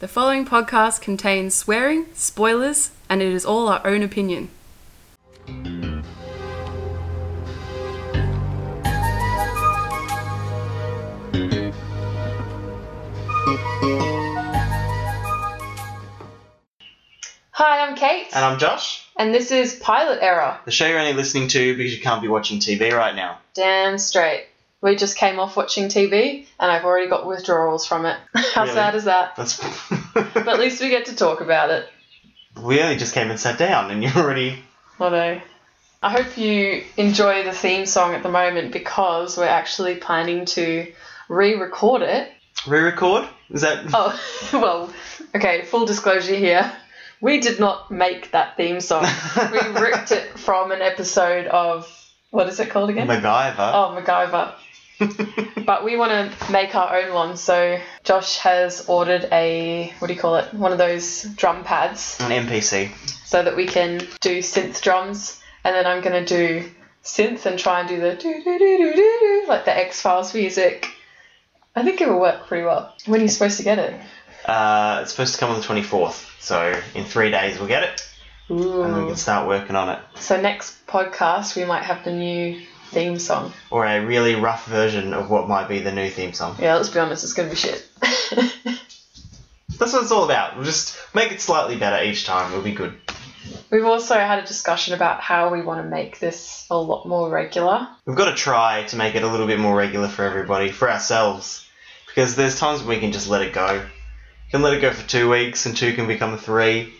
The following podcast contains swearing, spoilers, and it is all our own opinion. Hi, I'm Kate, And I'm Josh, and this is Pilot Error. the show you're only listening to because you can't be watching TV right now. Damn straight. We just came off watching TV, and I've already got withdrawals from it. How Really? sad is that? That's. But at least we get to talk about it. we only just came and sat down, and you're already. Although, I hope you enjoy the theme song at the moment because we're actually planning to re record it. Re record? Is that. Oh, well, okay, full disclosure here. We did not make that theme song. we ripped it from an episode of, what is it called again? MacGyver. oh, MacGyver. but we want to make our own one, so Josh has ordered a, what do you call it? One of those drum pads An NPC. so that we can do synth drums, and then I'm gonna do synth and try and do the do do do do do do like the X Files music. I think it will work pretty well. When are you supposed to get it? Uh, it's supposed to come on the 24th, so in three days we'll get it, and we Ooh. can start working on it. Um, So next podcast we might have the new theme song. Or a really rough version of what might be the new theme song. Yeah, let's be honest, it's gonna be shit. That's what it's all about. We'll just make it slightly better each time, it'll be good. We've also had a discussion about how we want to make this a lot more regular. We've got to try to make it a little bit more regular for everybody, for ourselves, because there's times when we can just let it go. You can let it go for two weeks, and two can become three.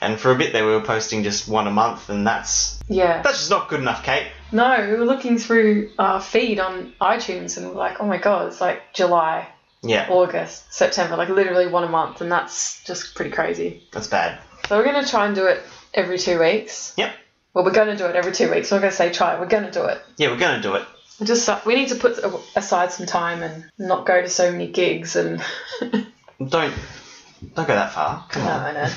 And for a bit there, we were posting just one a month, and that's Yeah. that's just not good enough, Kate. No, we were looking through our feed on iTunes and we're like, oh my god, it's like July. Yeah, August, September, like literally one a month, and that's just pretty crazy. that's bad. So we're gonna try and do it every two weeks. Yep. Well, we're gonna do it every two weeks. We're not gonna say try. it, We're gonna do it. Yeah, we're gonna do it. We just we need to put a- aside some time and not go to so many gigs. And Don't don't go that far. Come no, on. I know.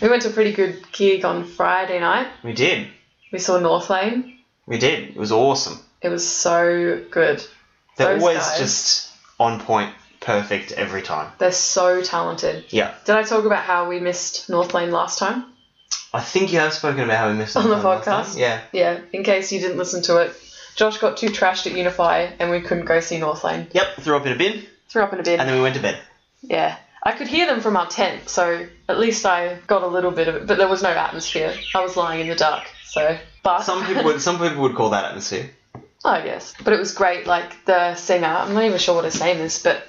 We went to a pretty good gig on Friday night. We did. We saw North Lane. We did. It was awesome. It was so good. They're Those always guys. just on point, perfect every time. They're so talented. Yeah, Did I talk about how we missed North Lane last time? I think you have spoken about how we missed On it the last time. podcast? Yeah. Yeah, in case you didn't listen to it, Josh got too trashed at Unify and we couldn't go see North Lane. Yep. Threw up in a bin, Threw up in a bin. and then we went to bed. yeah. I could hear them from our tent, so at least I got a little bit of it, but there was no atmosphere. I was lying in the dark, so. But. Some people would some people would call that atmosphere. I guess. But it was great, like the singer, I'm not even sure what his name is, but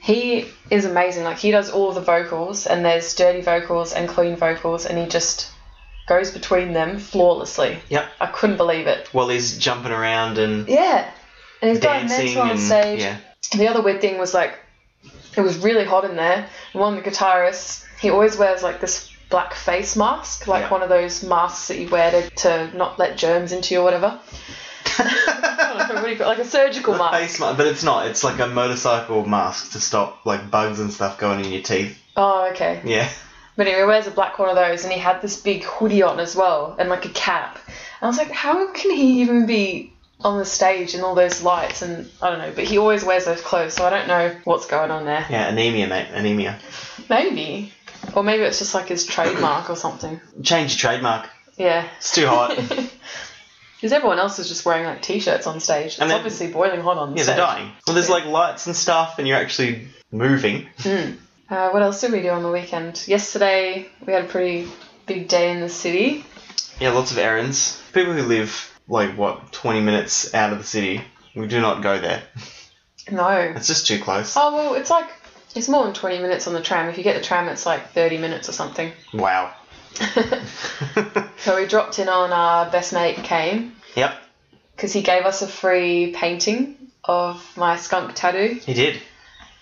he is amazing. Like he does all of the vocals and there's dirty vocals and clean vocals and he just goes between them flawlessly. Yep. I couldn't believe it. While he's jumping around and Yeah. And he's going dancing mental on and stage. yeah, The other weird thing was like, it was really hot in there. And one of the guitarists, he always wears like this black face mask, like Yeah. one of those masks that you wear to, to not let germs into you or whatever. I don't know, what do you call it? Like a surgical mask. face mask. But it's not. It's like a motorcycle mask to stop like bugs and stuff going in your teeth. Oh, okay. Yeah, But anyway, he wears a black one of those, and he had this big hoodie on as well, and like a cap. And I was like, how can he even be on the stage in all those lights? And I don't know, but he always wears those clothes, so I don't know what's going on there. yeah. Anemia, mate. Anemia. Maybe. Or maybe it's just like his trademark or something. Change your trademark. Yeah. It's too hot. Because everyone else is just wearing like t-shirts on stage. It's And then- obviously boiling hot on yeah, stage. they're dying. Well, there's like lights and stuff, and you're actually moving. Uh, what else did we do on the weekend? Yesterday we had a pretty big day in the city. Yeah, lots of errands. People who live like what 20 minutes out of the city, we do not go there. No. It's just too close. Oh well, it's like it's more than twenty minutes on the tram. If you get the tram, it's like thirty minutes or something. Wow. So we dropped in on our best mate Kane yep, because he gave us a free painting of my skunk tattoo. he did.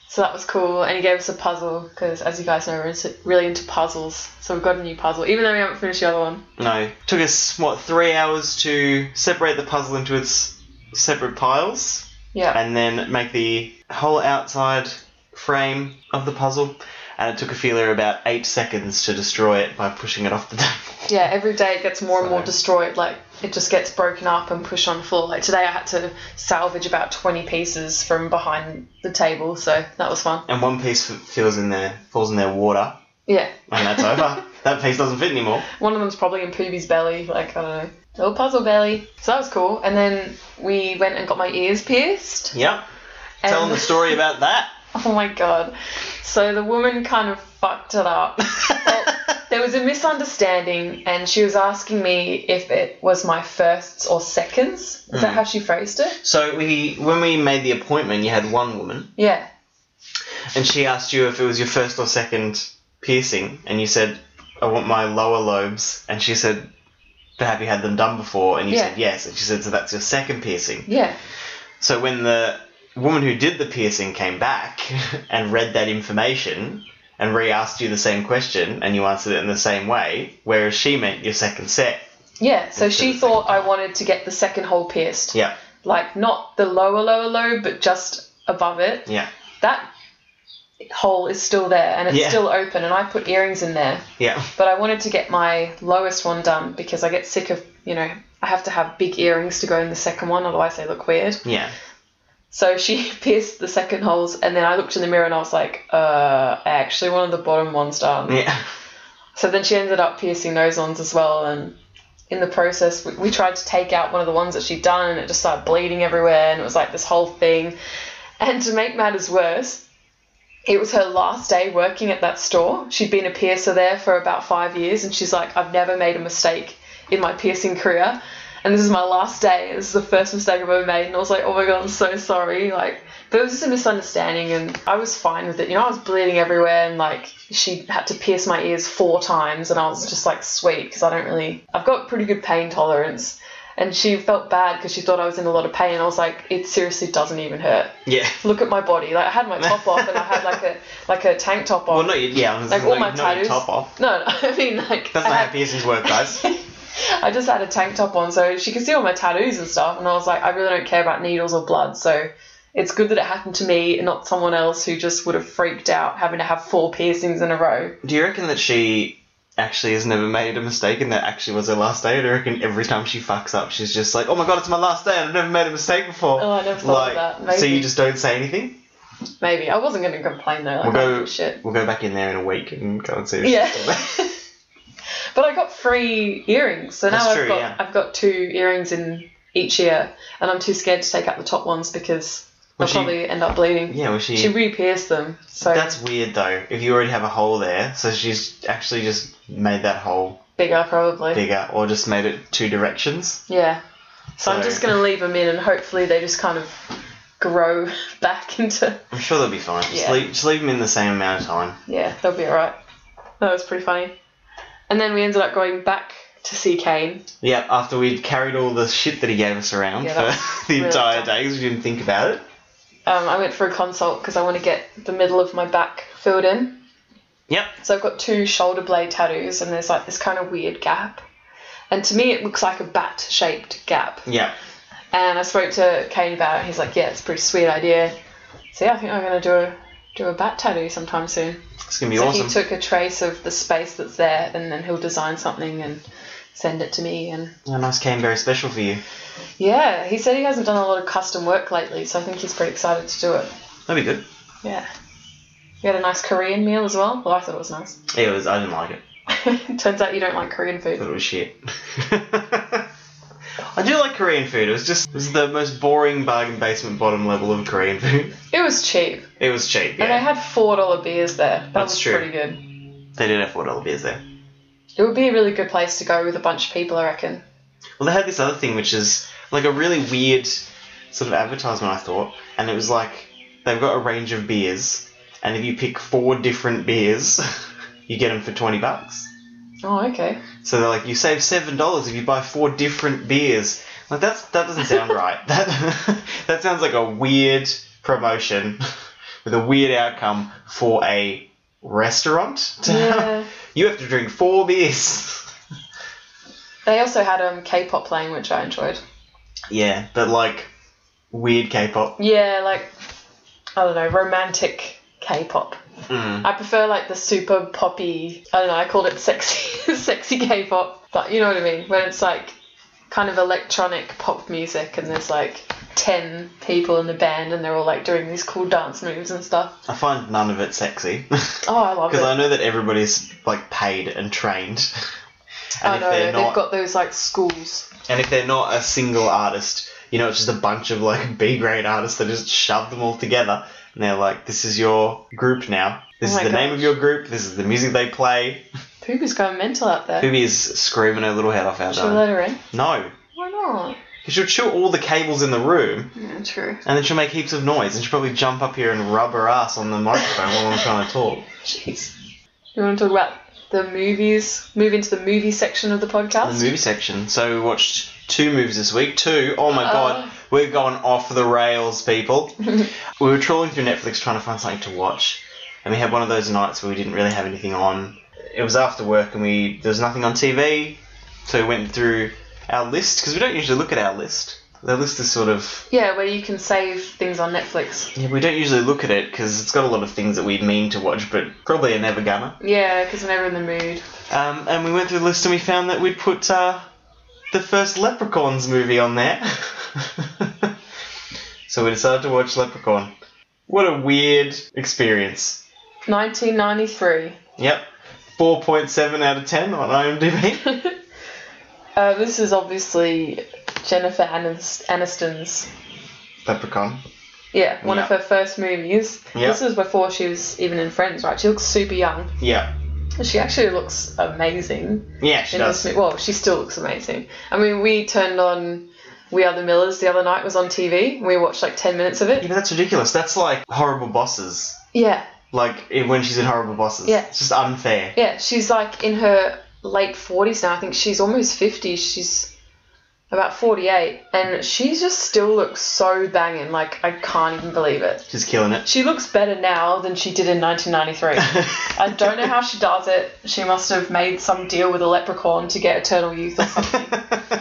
So that was cool, and he gave us a puzzle because, as you guys know, we're into, really into puzzles. So we've got a new puzzle, even though we haven't finished the other one. No, took us what three hours to separate the puzzle into its separate piles, Yeah. and then make the whole outside frame of the puzzle. And it took Ophelia about eight seconds to destroy it by pushing it off the table. Yeah, every day it gets more and more So- destroyed. Like it just gets broken up and pushed on the floor. Like today, I had to salvage about 20 pieces from behind the table, so that was fun. And one piece f- fills in there, falls in their water, Yeah. and that's over. That piece doesn't fit anymore. One of them's probably in Pooby's belly, like, I don't know. Little puzzle belly. So that was cool. And then we went and got my ears pierced. Yep. Tell them and- the story about that. Oh my god. So the woman kind of fucked it up. Well, there was a misunderstanding, and she was asking me if it was my firsts or seconds. Is Mm. that how she phrased it? So we, when we made the appointment, you had one woman, Yeah. and she asked you if it was your first or second piercing, and you said, "I want my lower lobes," and she said, "But have you had them done before?" And you Yeah. said yes, and she said, "So that's your second piercing." Yeah. So when the woman who did the piercing came back and read that information and re-asked you the same question, and you answered it in the same way, whereas she meant your second set. Yeah. So That's she the second thought I wanted to get the second hole pierced. Yeah, Like, not the lower, lower lobe, but just above it. yeah, That hole is still there and it's Yeah. still open, and I put earrings in there. yeah. But I wanted to get my lowest one done because I get sick of, you know, I have to have big earrings to go in the second one, otherwise they look weird. Yeah. So she pierced the second holes, and then I looked in the mirror and I was like, uh, I actually wanted the bottom ones done. Yeah. So then she ended up piercing those ones as well, and in the process, we, we tried to take out one of the ones that she'd done, and it just started bleeding everywhere, and it was like this whole thing. And to make matters worse, it was her last day working at that store. She'd been a piercer there for about five years, and she's like, I've never made a mistake in my piercing career, and this is my last day. This is the first mistake I've ever made, and I was like, oh my god, I'm so sorry. Like, but it was just a misunderstanding, and I was fine with it. You know, I was bleeding everywhere, and like, she had to pierce my ears four times, and I was just like, sweet, because I don't really, I've got pretty good pain tolerance. And she felt bad because she thought I was in a lot of pain. And I was like, it seriously doesn't even hurt. Yeah. Look at my body. Like I had my top off and I had like a like a tank top on. Well, Oh, not your, yeah, I was like all my not your tattoos. top off. No, no, I mean like That's I not had- how piercings work, guys. I just had a tank top on, so she could see all my tattoos and stuff. And I was like, I really don't care about needles or blood, so it's good that it happened to me and not someone else who just would have freaked out having to have four piercings in a row. Do you reckon that she actually has never made a mistake and that actually was her last day? Or do you reckon every time she fucks up, she's just like, oh my god, it's my last day and I've never made a mistake before? Oh, I never thought like, of that. So Maybe. you just don't say anything? Maybe I wasn't going to complain though. Like, I We'll go- don't give a shit. We'll go back in there in a week and go and see if Yeah. she's still there. But I got free earrings, so now That's I've true, got yeah. I've got two earrings in each ear, and I'm too scared to take out the top ones because Well, they'll she- probably end up bleeding. Yeah, well, she. She re-pierced them, so that's weird though, if you already have a hole there, so she's actually just made that hole bigger probably. bigger or just made it two directions. Yeah. So, I'm So- just gonna leave them in, and hopefully they just kind of grow back into. I'm sure they'll be fine. Just, Yeah. leave, just leave them in the same amount of time. Yeah, they'll be alright. That was pretty funny. And then we ended up going back to see Kane. Yeah, after we'd carried all the shit that he gave us around Yeah, that for the really entire dumb. day 'cause we didn't think about it. Um, I went for a consult because I want to get the middle of my back filled in. Yep. So I've got two shoulder blade tattoos, and there's like this kind of weird gap. And to me, it looks like a bat shaped gap. Yeah. And I spoke to Kane about it. He's like, "Yeah, it's a pretty sweet idea." So yeah, I think I'm gonna do a do a bat tattoo sometime soon. It's gonna be so awesome. he took a trace of the space that's there, and then he'll design something and send it to me. And a nice Canberra special for you. yeah, he said he hasn't done a lot of custom work lately, so I think he's pretty excited to do it. That'd be good. Yeah. We had a nice Korean meal as well. Well, I thought it was nice. It was. I didn't like it. Turns out you don't like Korean I food. thought it was shit. I do like Korean food. It was just it was the most boring bargain basement bottom level of Korean food. It was cheap. It was cheap. And they Yeah. had four dollar beers there. That That's was true. pretty good. They did have four dollar beers there. It would be a really good place to go with a bunch of people, I reckon. Well, they had this other thing which is like a really weird sort of advertisement. I thought, and it was like they've got a range of beers, and if you pick four different beers, you get them for twenty bucks. Oh, okay. So they're like, you save seven dollars if you buy four different beers. Like that's that doesn't sound right. That that sounds like a weird promotion with a weird outcome for a restaurant. to have. Yeah. You have to drink four beers. they also had um K-pop playing, which I enjoyed. Yeah, but like weird K-pop. Yeah, like I don't know, romantic K-pop. Mm. I prefer like the super poppy. I don't know. I called it sexy, sexy K-pop, but you know what I mean. When it's like kind of electronic pop music, and there's like ten people in the band, and they're all like doing these cool dance moves and stuff. I find none of it sexy. Because Oh, I love it. I know that everybody's like paid and trained. and I if know they're they've not got those like schools. and if they're not a single artist, you know, it's just a bunch of like B grade artists that just shove them all together and they're like, This is your group now. This Oh is my the name of gosh. your group, this is the music they play. Poopy's going mental out there. Phoebe is screaming her little head off out Should we there. let her in? No. Why not? 'Cause She'll chew all the cables in the room Yeah, true. and then she'll make heaps of noise and she'll probably jump up here and rub her ass on the microphone while I'm trying to talk. Jeez. You want to talk about the movies? Move into the movie section of the The podcast. movie section. So we watched two movies this week. Two. Oh my Uh. god, we're going off the rails, people. we were trawling through Netflix trying to find something to watch, and we had one of those nights where we didn't really have anything on. It was after work, and we there was nothing on TV, so we went through our list because we don't usually look at our list. The list is sort of Yeah, where you can save things on Netflix. yeah, we don't usually look at it because it's got a lot of things that we mean to watch, but probably are never gonna. Yeah, because whenever in the mood. Um, and we went through the list and we found that we'd put uh, the first Leprechauns movie on there. so we decided to watch Leprechaun. What a weird experience. 1993. Yep. 4.7 out of 10 on IMDb. Uh, this is obviously Jennifer Anist- Aniston's, Leprechaun. yeah, one of Yeah. her first movies. Yeah. This was before she was even in Friends, right? She looks super young. Yeah. She actually looks amazing Yeah, she in this does. movie. Well, she still looks amazing. I mean, we turned on We Are the Millers the other night, was on TV. We watched like 10 minutes of Yeah, it. but that's ridiculous. That's like horrible bosses. Yeah, Like i- when she's in horrible bosses. Yeah. It's just unfair. yeah, she's like in her late 40s now. I think she's almost 50. She's about 48. And she just still looks so banging. Like, I can't even believe it. She's killing it. She looks better now than she did in 1993. I don't know how she does it. She must have made some deal with a leprechaun to get eternal youth or something.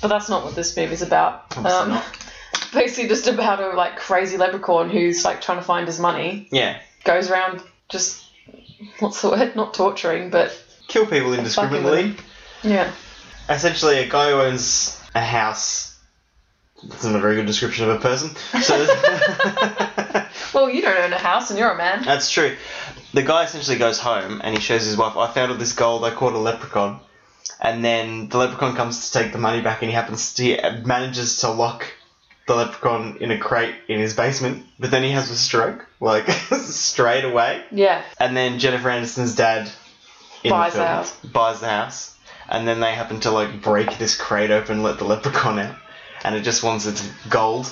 But that's not what this movie's about. Um, Obviously not. basically just about a like crazy leprechaun who's like trying to find his money. yeah. Goes around just what's the word? Not torturing, but Kill people indiscriminately. yeah. essentially a guy who owns a house. That's not a very good description of a person. So Well, you don't own a house and you're a man. that's true. The guy essentially goes home and he shows his wife, "I found all this gold. I caught a leprechaun." And then the leprechaun comes to take the money back, and he happens to he manages to lock the leprechaun in a crate in his basement. But then he has a stroke, like straight away. Yeah. And then Jennifer Aniston's dad in Buys the the film, house. buys the house, and then they happen to like break this crate open, and let the leprechaun out, and it just wants its gold.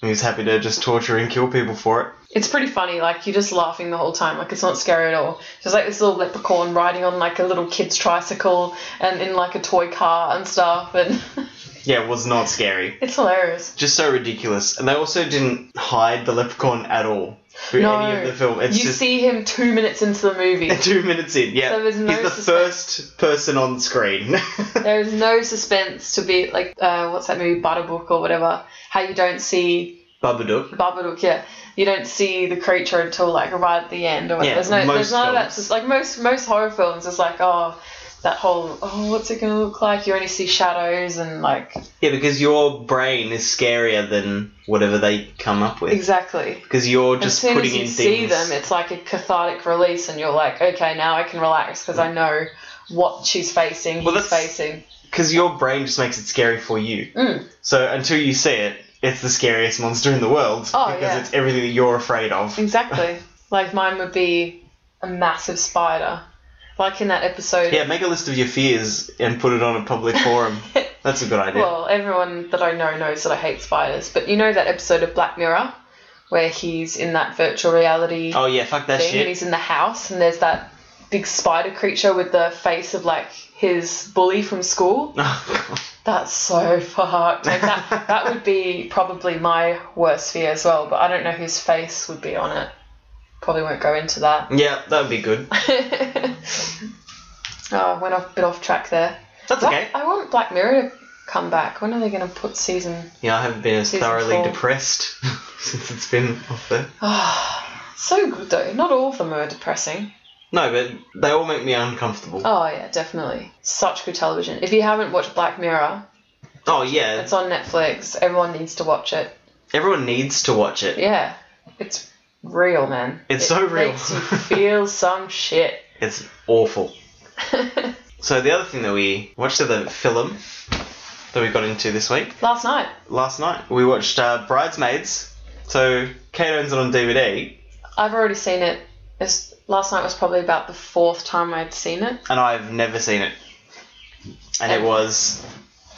And he's happy to just torture and kill people for it. It's pretty funny, like you're just laughing the whole time, like it's not scary at all. There's like this little leprechaun riding on like a little kid's tricycle and in like a toy car and stuff and Yeah, it was not scary. it's hilarious. Just so ridiculous. And they also didn't hide the leprechaun at all through No. any of the film. It's you just see him two minutes into the movie. two minutes in. Yeah, So there's no he's the suspense. first person on screen. There is no suspense to be like uh, what's that movie Butterbook or whatever. How you don't see Babadook. Babadook, yeah, you don't see the creature until like right at the end. Or Yeah, there's no, most there's none of that. films. Just like most most horror films, it's like oh, that whole oh, what's it gonna look like? You only see shadows and like Yeah, because your brain is scarier than whatever they come up with. exactly. Because you're As just soon putting as you in see things. them, it's like a cathartic release, and you're like, okay, now I can relax because I know what she's facing, Well, he's that's- facing. because your brain just makes it scary for you. Mm. So until you see it, it's the scariest monster in the world Oh, because yeah. it's everything that you're afraid of. Exactly. like mine would be a massive spider. Like in that episode. Yeah, make a list of your fears and put it on a public forum. That's a good idea. Well, everyone that I know knows that I hate spiders, but you know that episode of Black Mirror where he's in that virtual reality oh yeah, fuck that thing and shit. he's in the house and there's that big spider creature with the face of like his bully from school. Oh, That's so fucked. Like that that would be probably my worst fear as well, but I don't know whose face would be on it. Probably won't go into that. yeah, that would be good. oh, I went off bit off track there. That's okay. I want Black Mirror to come back. When are they going to put season? Yeah, I haven't been as Season thoroughly four. depressed since it's been off there. So good though. Not all of them are depressing. No, but they all make me uncomfortable. Oh yeah, definitely. Such good television. If you haven't watched Black Mirror, Oh yeah, It's on Netflix. Everyone needs to watch it. everyone needs to watch it. Yeah, it's real, man. It's It so real. Makes you feel some shit. It's awful. So the other thing that we watched at the film that we got into this week Last night, last night we watched uh, Bridesmaids. So Kate owns it on DVD, I've already seen it. This last night was probably about the fourth time I'd seen it. and I've never seen it, and it was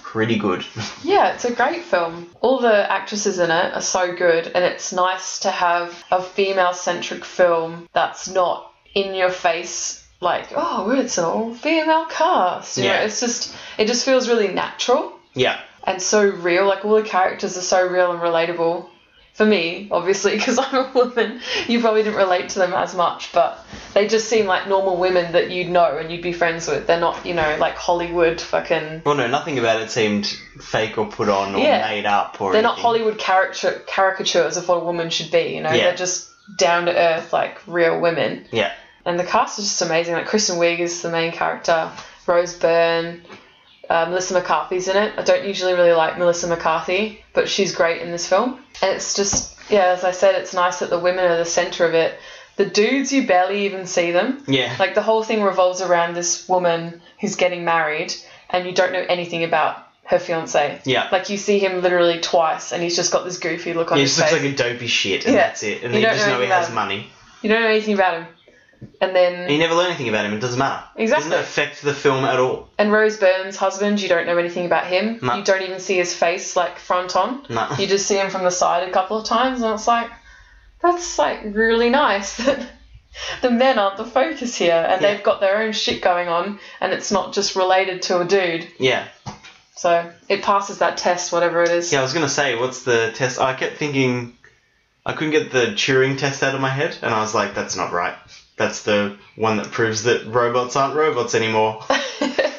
pretty good. Yeah, it's a great film. All the actresses in it are so good, and it's nice to have a female centric film that's not in your face, like, oh, it's an all female cast. You Yeah. know, it's just, it just feels really natural yeah, and so real. Like, all the characters are so real and relatable. For me, obviously, because I'm a woman, you probably didn't relate to them as much, but they just seem like normal women that you'd know and you'd be friends with. They're not, you know, like Hollywood fucking well, no, nothing about it seemed fake or put on or Yeah. made up or they're not anything. Hollywood caricature caricatures of what a woman should be. You know, Yeah. they're just down to earth, like real women. Yeah, And the cast is just amazing. Like Kristen Wiig is the main character. Rose Byrne, uh, Melissa McCarthy's in it. I don't usually really like Melissa McCarthy, but she's great in this film. And it's just yeah, as I said, it's nice that the women are the center of it. The dudes, you barely even see them. yeah, Like the whole thing revolves around this woman who's getting married, and you don't know anything about her fiance. yeah. Like you see him literally twice, and he's just got this goofy look on he his just face. looks like a dopey shit, and Yeah. that's it. And You you, don't just know know he anything has about money. you don't know anything about him. And then And you never learn anything about him. It doesn't matter. It Exactly. doesn't affect the film at all. and Rose Byrne's husband, you don't know anything about him. No. You don't even see his face like front on. No. You just see him from the side a couple of times, and it's like that's like really nice that the men aren't the focus here, and Yeah. they've got their own shit going on, and it's not just related to a dude. Yeah. So it passes that test, whatever it is. Yeah, I was gonna say, what's the test? I kept thinking, I couldn't get the Turing test out of my head, and I was like, that's not right. That's the one that proves that robots aren't robots anymore.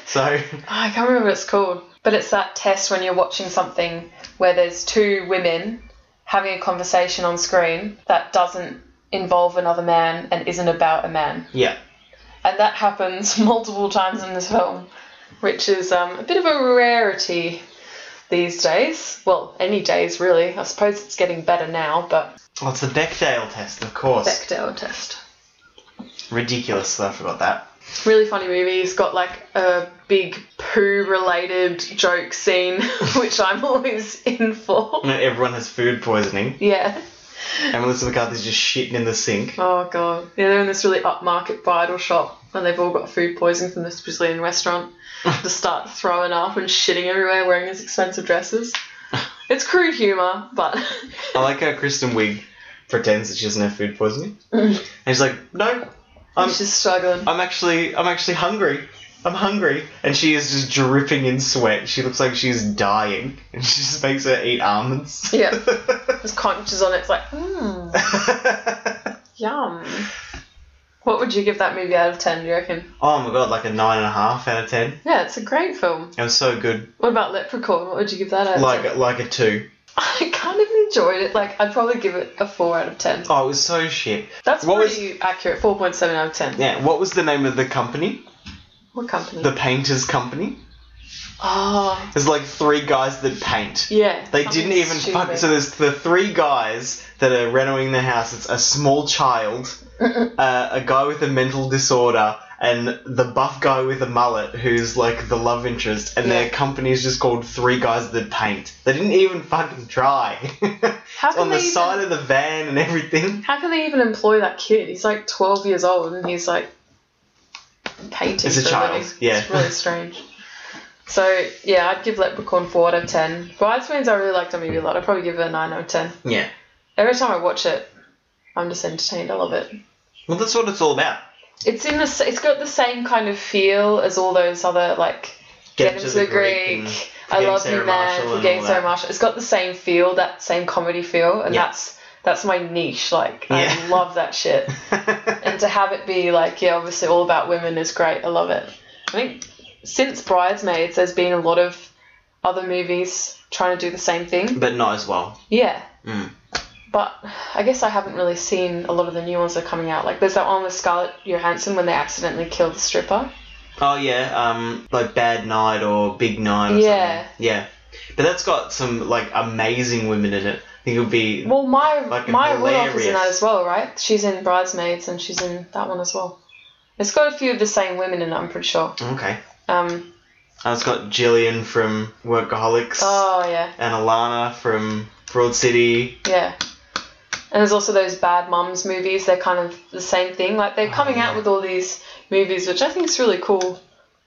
So I can't remember what it's called, but it's that test when you're watching something where there's two women having a conversation on screen that doesn't involve another man and isn't about a man. yeah, And that happens multiple times in this film, which is um, a bit of a rarity these days. Well, any days really. I suppose it's getting better now, but well, it's the Bechdel test, of course. Bechdel test. Ridiculous that I forgot that. really funny movie. It's got like a big poo related joke scene, which I'm always in for. You know, everyone has food poisoning, Yeah. and Melissa McCarthy's just shitting in the sink. Oh god. Yeah, they're in this really upmarket bridal shop and they've all got food poisoning from this Brazilian restaurant. Just start throwing up and shitting everywhere wearing these expensive dresses. It's crude humour, but I like how Kristen Wiig pretends that she doesn't have food poisoning, and she's like, no, I'm she's struggling. I'm actually I'm actually hungry. I'm hungry. And she is just dripping in sweat. She looks like she's dying. And she just makes her eat almonds. Yeah. Just conscious on it, it's like, mmm, yum. What would you give that movie out of ten, do you reckon? oh my god, like a nine and a half out of ten. Yeah, it's a great film. It was so good. What about Leprechaun? What would you give that out of ten? Like like a two. I kind of enjoyed it. Like, I'd probably give it a 4 out of 10. Oh, it was so shit. That's What was- pretty accurate. 4.7 out of 10. Yeah, what was the name of the company? What company? The painters company? oh, There's like three guys that paint. yeah. They something didn't even stupid. fuck. So there's the three guys that are renovating the house. It's a small child, uh, a guy with a mental disorder, and the buff guy with a mullet who's like the love interest. And Yeah. their company is just called Three Guys That Paint. They didn't even fucking try. how it's can on the they even, side of the van and everything. How can they even employ that kid? He's like 12 years old and he's like painting. It's a for child, living. yeah. It's really strange. So, yeah, I'd give Leprechaun 4 out of 10. Bridesmaids, I really liked that movie a lot. I'd probably give it a 9 out of 10. Yeah. Every time I watch it, I'm just entertained. I love it. Well, that's what it's all about. It's in the. s- It's got the same kind of feel as all those other like. Get, into the, Greek. and I Forgetting love Sarah you, man. Marshall and Forgetting all so that. much. It's got the same feel, that same comedy feel, and Yeah. that's that's my niche. Like Yeah. I love that shit. and to have it be like, yeah, obviously all about women is great. I love it. I think since Bridesmaids, there's been a lot of other movies trying to do the same thing. but not as well. Yeah. Mm. But I guess I haven't really seen a lot of the new ones that are coming out. Like there's that one with Scarlett Johansson when they accidentally killed the stripper. Oh yeah, um, like Bad Night or Big Night or Yeah. something. Yeah. But that's got some like amazing women in it. I think it would be Well, Maya, Like a Maya Rudolph is in that hilarious- as well, right? She's in Bridesmaids and she's in that one as well. It's got a few of the same women in it, I'm pretty sure. okay. Um, Uh, it's got Jillian from Workaholics oh, yeah, and Alana from Broad City. yeah. And there's also those Bad Mums movies. They're kind of the same thing. Like, they're coming out yeah. with all these movies, which I think is really cool.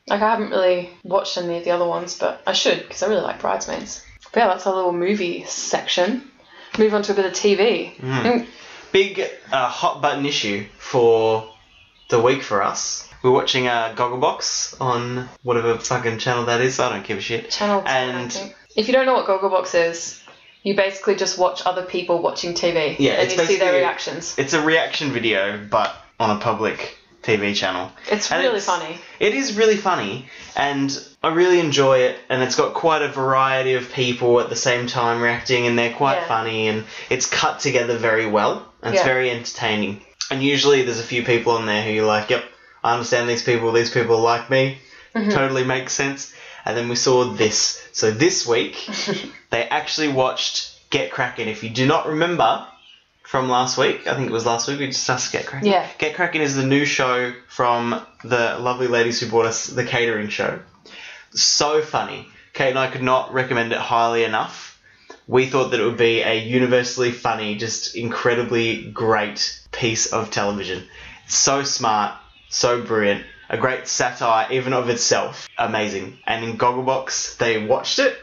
Like, I haven't really watched any of the other ones, but I should because I really like Bridesmaids. But yeah, that's our little movie section. Move on to a bit of TV. Mm. Big uh, hot button issue for the week for us. We're watching uh, Gogglebox on whatever fucking channel that is. I don't give a shit. Channel 10, I And- think. If you don't know what Gogglebox is, you basically just watch other people watching TV. Yeah, and it's you see their basically- reactions. It's a reaction video, but on a public TV channel. It's and really it's- funny. It is really funny, and I really enjoy it. And it's got quite a variety of people at the same time reacting, and they're quite Yeah. funny, and it's cut together very well. And it's Yeah. very entertaining. And usually, there's a few people on there who you're like, "Yep, I understand these people. These people are like me. Mm-hmm. Totally makes sense." And then we saw this. So this week, they actually watched Get Kraken. If you do not remember from last week, I think it was last week we discussed Get Kraken. Yeah. Get Kraken is the new show from the lovely ladies who brought us the catering show. So funny. Kate and I could not recommend it highly enough. We thought that it would be a universally funny, just incredibly great piece of television. So smart, so brilliant, a great satire even of itself. Amazing. And in Gogglebox, they watched it,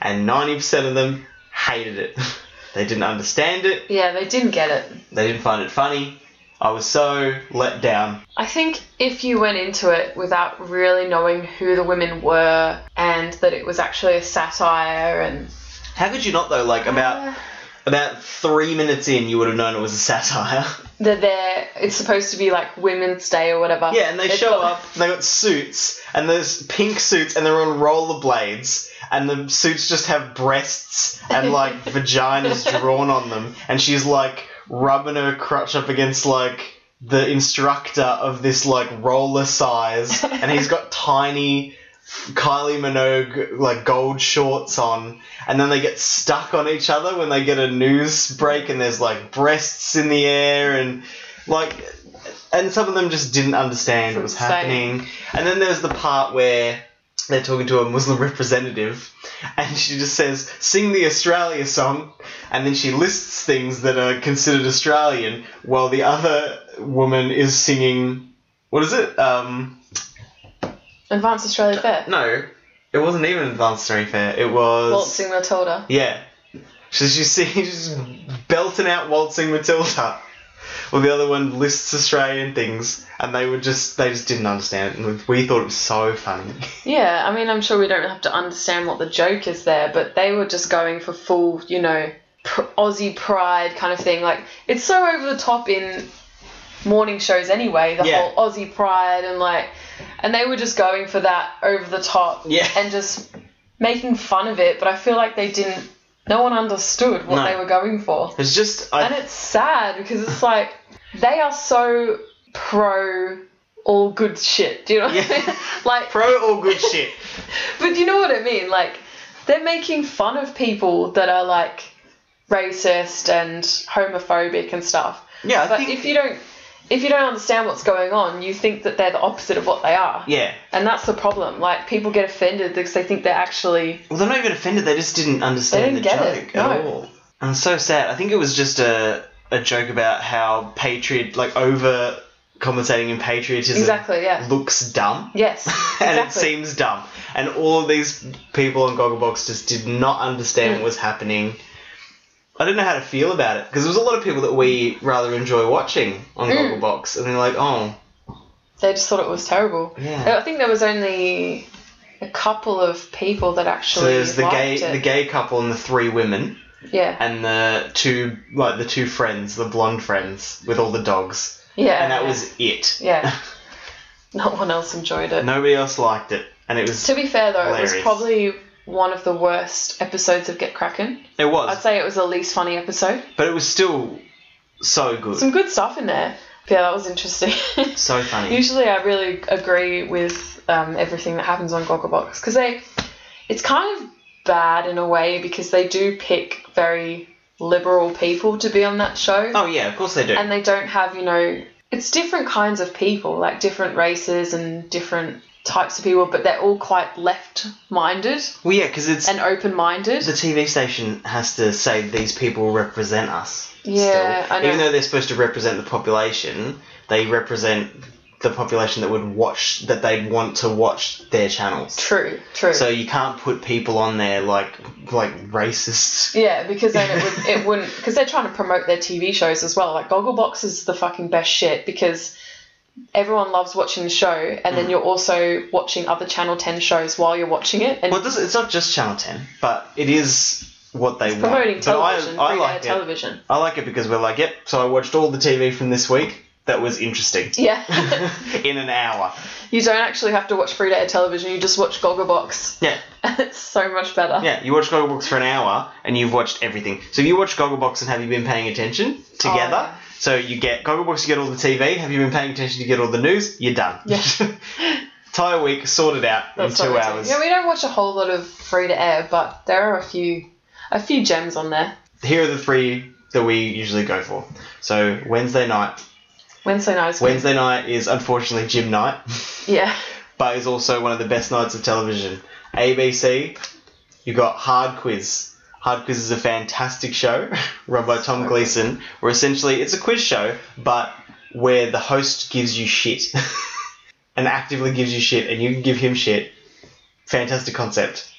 and 90% of them hated it. They didn't understand it, Yeah, they didn't get it. they didn't find it funny. I was so let down. I think if you went into it without really knowing who the women were and that it was actually a satire and How could you not though? Like about about three minutes in, you would have known it was a satire. that they're it's supposed to be like Women's Day or whatever. yeah, and they It's show got- up. And they got suits, and there's pink suits, and they're on rollerblades, and the suits just have breasts and like vaginas drawn on them, and she's like rubbing her crotch up against like the instructor of this like roller size, and he's got tiny Kylie Minogue like gold shorts on, and then they get stuck on each other when they get a news break, and there's like breasts in the air, and like, and some of them just didn't understand what was Insane. happening. And then there's the part where they're talking to a Muslim representative, and she just says, "Sing the Australia song," and then she lists things that are considered Australian, while the other woman is singing. What is it? Um, Advanced Australia Fair. no, it wasn't even Advanced Story Fair. It was Waltzing Matilda. yeah. So she see she's belting out waltzing Matilda. Well, the other one lists Australian things, and they were just they just didn't understand it, and we thought it was so funny. Yeah, I mean, I'm sure we don't have to understand what the joke is there, but they were just going for full, you know, pr- Aussie pride kind of thing. Like, it's so over the top in morning shows anyway, the Yeah. whole Aussie pride and like, and they were just going for that over the top Yeah. and just making fun of it, but I feel like they didn't, no one understood what No. they were going for. It's just I, And it's sad because it's like, they are so pro all good shit. Do you know what I Yeah. mean? Like, pro all good shit. but you know what I mean? Like, they're making fun of people that are like racist and homophobic and stuff. Yeah, I But think if you don't, if you don't understand what's going on, you think that they're the opposite of what they are. yeah. And that's the problem. Like, people get offended because they think they're actually. Well, they're not even offended. They just didn't understand They didn't the get joke it, at no. all. And it's so sad. I think it was just a a joke about how patriot like over compensating in patriotism Exactly, yeah. looks dumb. Yes. and it exactly. seems dumb. And all of these people on Gogglebox just did not Mm. understand what was happening. I didn't know how to feel about it because there was a lot of people that we rather enjoy watching on Mm. Gogglebox, and they're like, "Oh, They just thought it was terrible. Yeah. I think there was only a couple of people that so actually. there's the gay, liked the it. gay couple, and the three women, Yeah. and the two, like the two friends, the blonde friends with all the dogs, yeah. and that yeah. was it. Yeah. no one else enjoyed it. Nobody else liked it, and it was To be fair, though, it Hilarious. was probably one of the worst episodes of Get Kraken. it was, I'd say it was the least funny episode. but it was still so good, Some good stuff in there. But yeah, that was interesting. so funny. Usually, I really agree with um, everything that happens on Gogglebox because they, it's kind of bad in a way because they do pick very liberal people to be on that show. Oh yeah, of course they do. and they don't have you know it's different kinds of people like different races and different types of people but they're all quite left minded well, yeah, because it's and open minded the TV station has to say these people represent us. Yeah, still. I know. Even though they're supposed to represent the population, they represent the population that would watch that they'd want to watch their channels. true true So you can't put people on there like like racists. yeah because then it, would, it wouldn't because they're trying to promote their tv shows as well like gogglebox is the fucking best shit because everyone loves watching the show and Mm. then you're also watching other channel 10 shows while you're watching it and Well, it doesn't- it's not just Channel Ten, but it is what they want. promoting But I- television I, free to air like it. television I like it because we're like, yep. So I watched all the TV from this week. That was interesting. yeah in an hour. you don't actually have to watch free to air television you just watch gogglebox Yeah, it's so much better. yeah. You watch Gogglebox for an hour, and you've watched everything. So if you watch Gogglebox and have you been paying attention together? Oh, yeah. So you get Gogglebox, you get all the TV. Have you been paying attention? You get all the news. You're done. Yeah. Entire week sorted out That's what in two we do. hours. Yeah, we don't watch a whole lot of free to air, but there are a few, a few gems on there. Here are the three that we usually go for. So Wednesday night. Wednesday night is good. Wednesday night is unfortunately gym night, Yeah, but is also one of the best nights of television. ABC. You got Hard Quiz. Hard Quiz is a fantastic show run by Tom Gleason, where essentially it's a quiz show, but where the host gives you shit and actively gives you shit, and you can give him shit. Fantastic concept.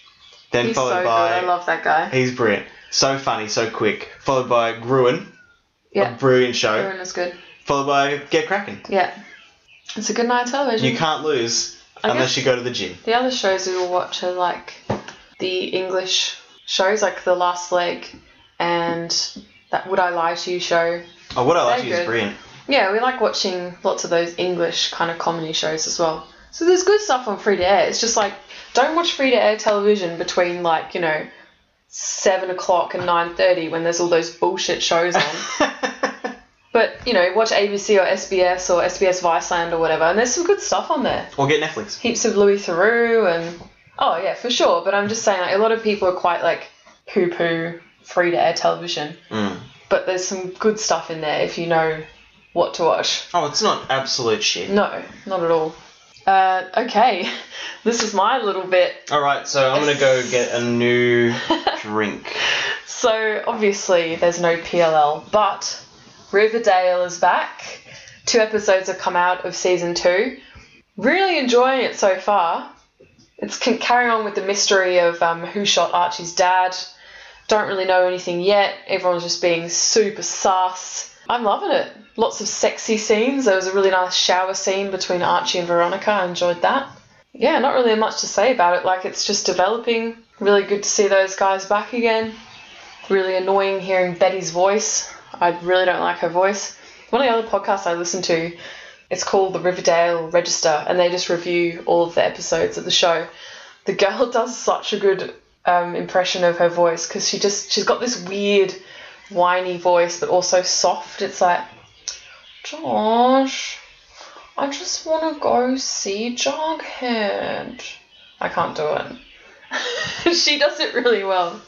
Then he's so followed good. by I love that guy. he's brilliant, so funny, so quick. Followed by Gruen, Yeah, a brilliant show. everyone is good. Followed by Get Cracking. Yeah, it's a good night of television. You can't lose Mm. I guess- unless you go to the gym. The other shows we will watch are like the English shows, like The Last Leg and that Would I Lie to You show. Oh, what I like They're is good. brilliant. Yeah, we like watching lots of those English kind of comedy shows as well. So there's good stuff on free to air. It's just like don't watch free to air television between like you know seven o'clock and nine thirty when there's all those bullshit shows on. but you know, watch ABC or SBS or SBS Viceland or whatever, and there's some good stuff on there. Or get Netflix. Heaps of Louis Theroux and oh yeah, for sure. But I'm just saying, like a lot of people are quite like poo poo free to air television. Mm. But there's some good stuff in there if you know what to watch. Oh, it's not absolute shit. No, not at all. Uh, okay, this is my little bit. All right, so I'm gonna go get a new drink. So obviously there's no PLL, but Riverdale is back. Two episodes have come out of season two. Really enjoying it so far. It's con- carrying on with the mystery of um, who shot Archie's dad. Don't really know anything yet. Everyone's just being super sus. I'm loving it. Lots of sexy scenes. There was a really nice shower scene between Archie and Veronica. I enjoyed that. Yeah, not really much to say about it. Like, it's just developing. Really good to see those guys back again. Really annoying hearing Betty's voice. I really don't like her voice. One of the other podcasts I listen to, it's called the Riverdale Register, and they just review all of the episodes of the show. The girl does such a good um, impression of her voice because she just she's got this weird, whiny voice, but also soft. It's like, Josh, I just want to go see Jughead. I can't do it. she does it really well.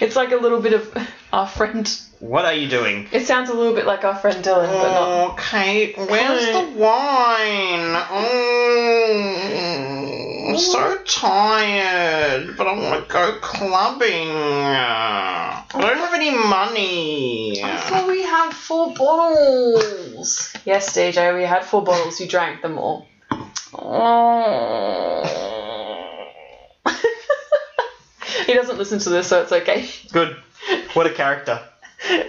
It's like a little bit of our friend. What are you doing? It sounds a little bit like our friend Dylan, but not. Kate, where's the wine? Mm. Oh, I'm so tired, but I want to go clubbing. I don't have any money. we had four bottles. Yes, DJ, we had four bottles. You drank them all. he doesn't listen to this, so it's okay. Good. What a character.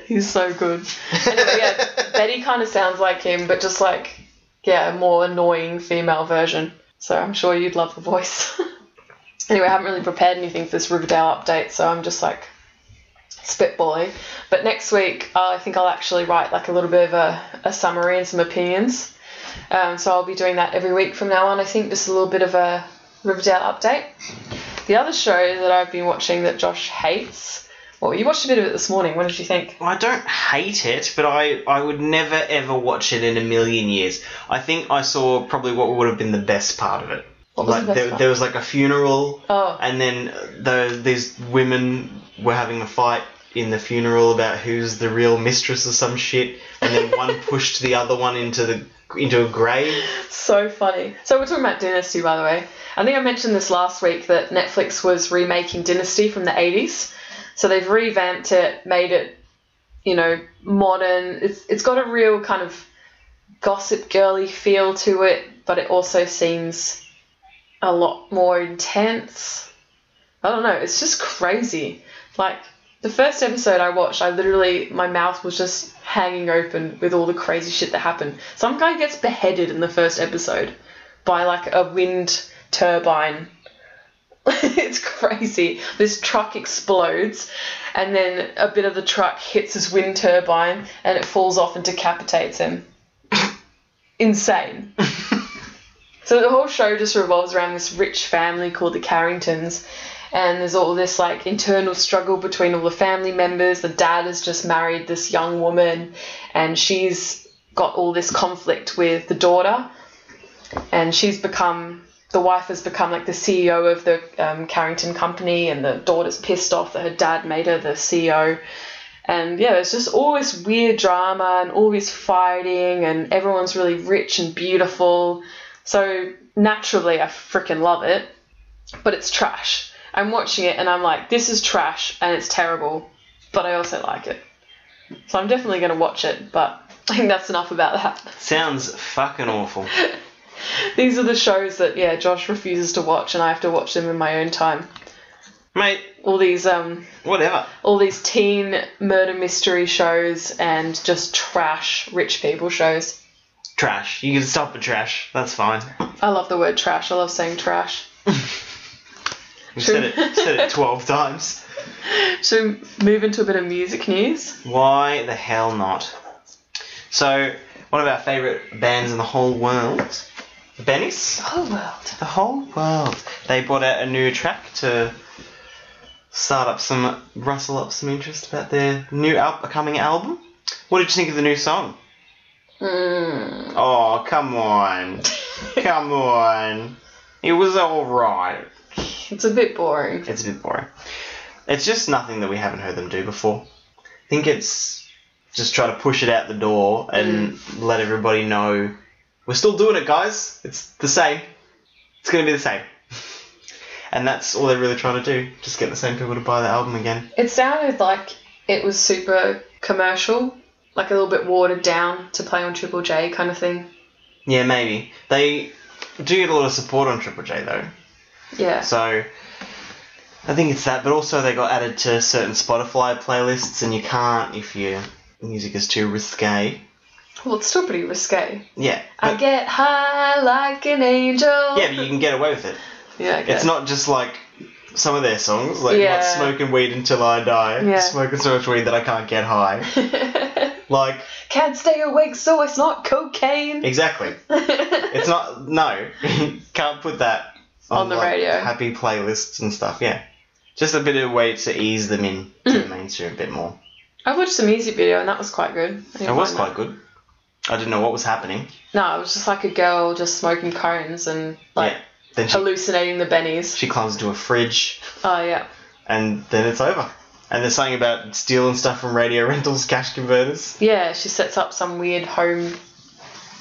He's so good. Anyway, yeah, Betty kind of sounds like him, but just like, yeah, a more annoying female version. So I'm sure you'd love the voice. anyway, I haven't really prepared anything for this Riverdale update, so I'm just like spitballing. But next week, uh, I think I'll actually write like a little bit of a, a summary and some opinions. Um, so I'll be doing that every week from now on, I think, just a little bit of a Riverdale update. The other show that I've been watching that Josh hates, well, you watched a bit of it this morning. What did you think? I don't hate it, but I, I would never ever watch it in a million years. I think I saw probably what would have been the best part of it. What was Like the best there, part? there was like a funeral, oh, and then uh, the, these women were having a fight in the funeral about who's the real mistress or some shit, and then one pushed the other one into the into a grave. so funny. So we're talking about Dynasty, by the way. I think I mentioned this last week that Netflix was remaking Dynasty from the 80s. So they've revamped it, made it, you know, modern. It's, it's got a real kind of gossip girly feel to it, but it also seems a lot more intense. I don't know, it's just crazy. Like, the first episode I watched, I literally, my mouth was just hanging open with all the crazy shit that happened. Some guy gets beheaded in the first episode by like a wind turbine. it's crazy. This truck explodes, and then a bit of the truck hits this wind turbine and it falls off and decapitates him. Insane. So the whole show just revolves around this rich family called the Carringtons, and there's all this like internal struggle between all the family members. The dad has just married this young woman, and she's got all this conflict with the daughter, and she's become the wife has become like the CEO of the um, Carrington company, and the daughter's pissed off that her dad made her the CEO. And yeah, it's just all this weird drama and all this fighting, and everyone's really rich and beautiful. So naturally, I freaking love it, but it's trash. I'm watching it and I'm like, this is trash and it's terrible, but I also like it. So I'm definitely going to watch it, but I think that's enough about that. Sounds fucking awful. These are the shows that, yeah, Josh refuses to watch and I have to watch them in my own time. Mate, All these, um, whatever. all these teen murder mystery shows and just trash rich people shows. Trash. You can stop at trash. That's fine. I love the word trash. I love saying trash. You said it, said it 12 times. Should we move into a bit of music news? Why the hell not? So, one of our favourite bands in the whole world, Venice. Oh, world. The whole world. They brought out a new track to start up some, rustle up some interest about their new al- upcoming album. What did you think of the new song? Mm. Oh, come on. come on. It was alright. It's a bit boring. It's a bit boring. It's just nothing that we haven't heard them do before. I think it's just try to push it out the door and let everybody know we're still doing it, guys. It's the same. It's going to be the same. and that's all they're really trying to do. Just get the same people to buy the album again. It sounded like it was super commercial, like a little bit watered down to play on Triple J kind of thing. Yeah, maybe. They do get a lot of support on Triple J, though. Yeah. So I think it's that, but also they got added to certain Spotify playlists, and you can't if your music is too risque. Well, it's still pretty risque. Yeah. I but- get high like an angel. Yeah, but you can get away with it. Yeah, I guess. It's not just like some of their songs, like Yeah. not smoking weed until I die, Yeah. smoking so much weed that I can't get high. Like Can't stay awake, so it's not cocaine. exactly, it's not no, can't put that On the like, radio. Happy playlists and stuff. Yeah, just a bit of a way to ease them in to the mainstream a bit more. I watched the music video and that was quite good. I didn't It was mind quite good. I didn't know what was happening. that. No, it was just like a girl just smoking cones and like yeah. Then she, hallucinating the bennies. she climbs into a fridge, Oh yeah. and then it's over. And there's something about stealing stuff from radio rentals, cash converters. Yeah, she sets up some weird home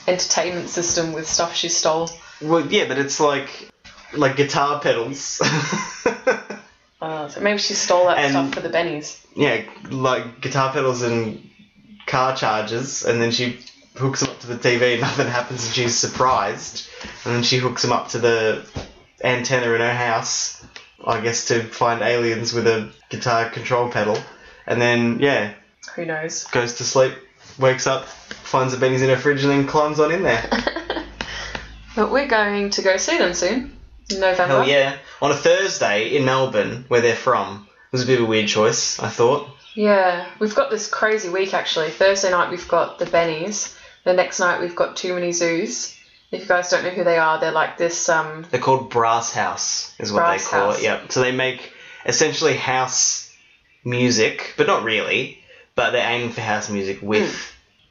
entertainment system with stuff she stole. Well, yeah, but it's like like guitar pedals. Uh, so maybe she stole that And- stuff for the bennies. yeah, like guitar pedals and car chargers, and then she hooks them up to the TV, and nothing happens, and she's surprised, and then she hooks them up to the antenna in her house, I guess, to find aliens with a guitar control pedal, and then yeah, Who knows? goes to sleep, wakes up, finds the bennies in her fridge, and then climbs on in there. But we're going to go see them soon. In November. Hell yeah. On a Thursday in Melbourne, where they're from, It was a bit of a weird choice, I thought. Yeah, We've got this crazy week actually. Thursday night we've got the Bennies. The next night we've got Too Many Zoos. If you guys don't know who they are, they're like this um They're called Brass House, is what Brass they call House. it. Yep. So they make essentially house music, but not really, but they're aiming for house music with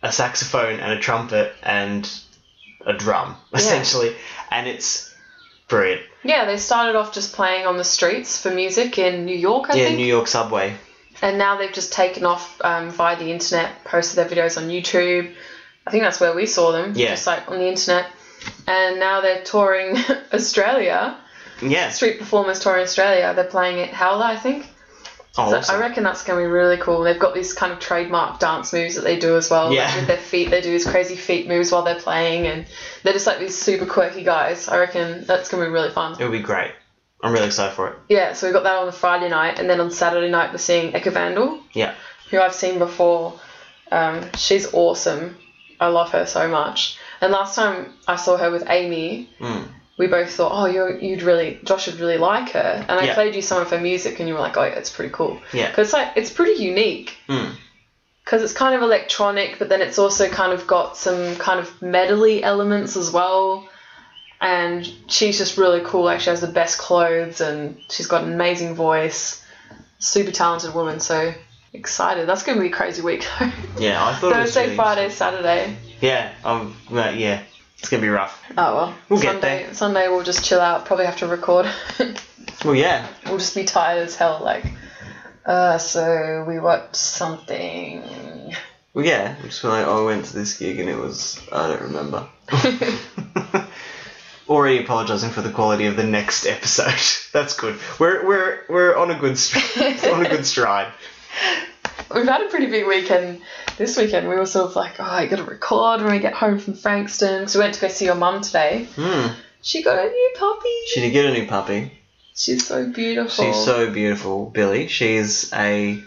Hmm. a saxophone and a trumpet and a drum, essentially. And it's brilliant. Yeah, they started off just playing on the streets for music in New York, I yeah, think. New York subway. and now they've just taken off um, via the internet, posted their videos on YouTube. I think that's where we saw them, Yeah. just like on the internet. And now they're touring Australia. Yes. Street performers touring Australia. They're playing at Howler, I think. Oh, So awesome. I reckon that's going to be really cool. They've got these kind of trademark dance moves that they do as well. like Yeah. with their feet, they do these crazy feet moves while they're playing, and they're just like these super quirky guys. I reckon that's going to be really fun. It'll be great. I'm really excited for it. Yeah, so we got that on the Friday night, and then on Saturday night we're seeing Eka Vandal, Yeah. who I've seen before. Um, she's awesome. I love her so much. And last time I saw her with Amy, Mm. we both thought, oh, you you'd really, Josh would really like her. And I Yeah. played you some of her music, and you were like, oh, yeah, it's pretty cool. Yeah. Because like, it's pretty unique. Mm. because it's kind of electronic, but then it's also kind of got some kind of medley elements as well. And she's just really cool. Like she has the best clothes, and she's got an amazing voice. Super talented woman. So excited! That's gonna be a crazy week. Yeah, I thought it was Thursday, really Friday, Saturday. Yeah, um, no, yeah, it's gonna be rough. Oh well. We'll get Sunday, Sunday we'll just chill out. Probably have to record. Well, yeah, we'll just be tired as hell. Like, uh, so we watched something. well, yeah. I'm just feel like oh, I went to this gig and it was I don't remember. Already apologising for the quality of the next episode. That's good. We're we're we're on a good str- on a good stride. We've had a pretty big weekend. This weekend we were sort of like, oh, I gotta record when we get home from Frankston. Because we went to go see your mum today. Hmm. She got a new puppy. She did get a new puppy. She's so beautiful. She's so beautiful, Billy. She's a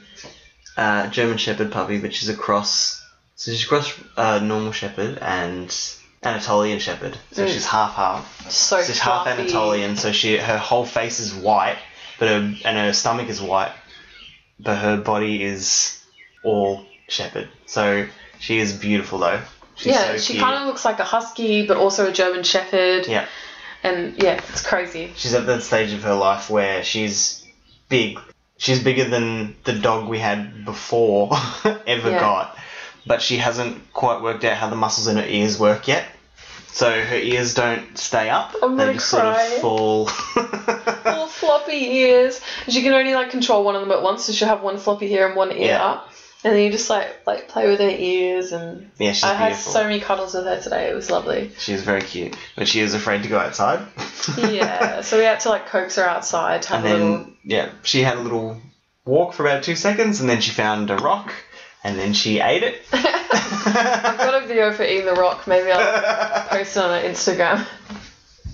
uh, German Shepherd puppy, which is a cross. So she's a cross uh, normal Shepherd and Anatolian Shepherd. So Mm. she's half half. so she's half fluffy. Anatolian. So she her whole face is white, but her and her stomach is white, but her body is all Shepherd. So she is beautiful though. She's yeah, so she cute. kind of looks like a husky, but also a German Shepherd. Yeah. And yeah, it's crazy. she's at that stage of her life where she's big. She's bigger than the dog we had before ever Yeah. got, but she hasn't quite worked out how the muscles in her ears work yet. So her ears don't stay up; I'm they gonna just cry. sort of fall. Little floppy ears. And she can only like control one of them at once, so she'll have one floppy here and one ear Yeah. up. And then you just like like play with her ears, and yeah, she's I had beautiful. so many cuddles with her today. It was lovely. she's very cute, but she is afraid to go outside. yeah, so we had to like coax her outside, to have and a little. then yeah, she had a little walk for about two seconds, and then she found a rock, and then she ate it. I've got a video for eating the rock. Maybe I'll post it on our Instagram.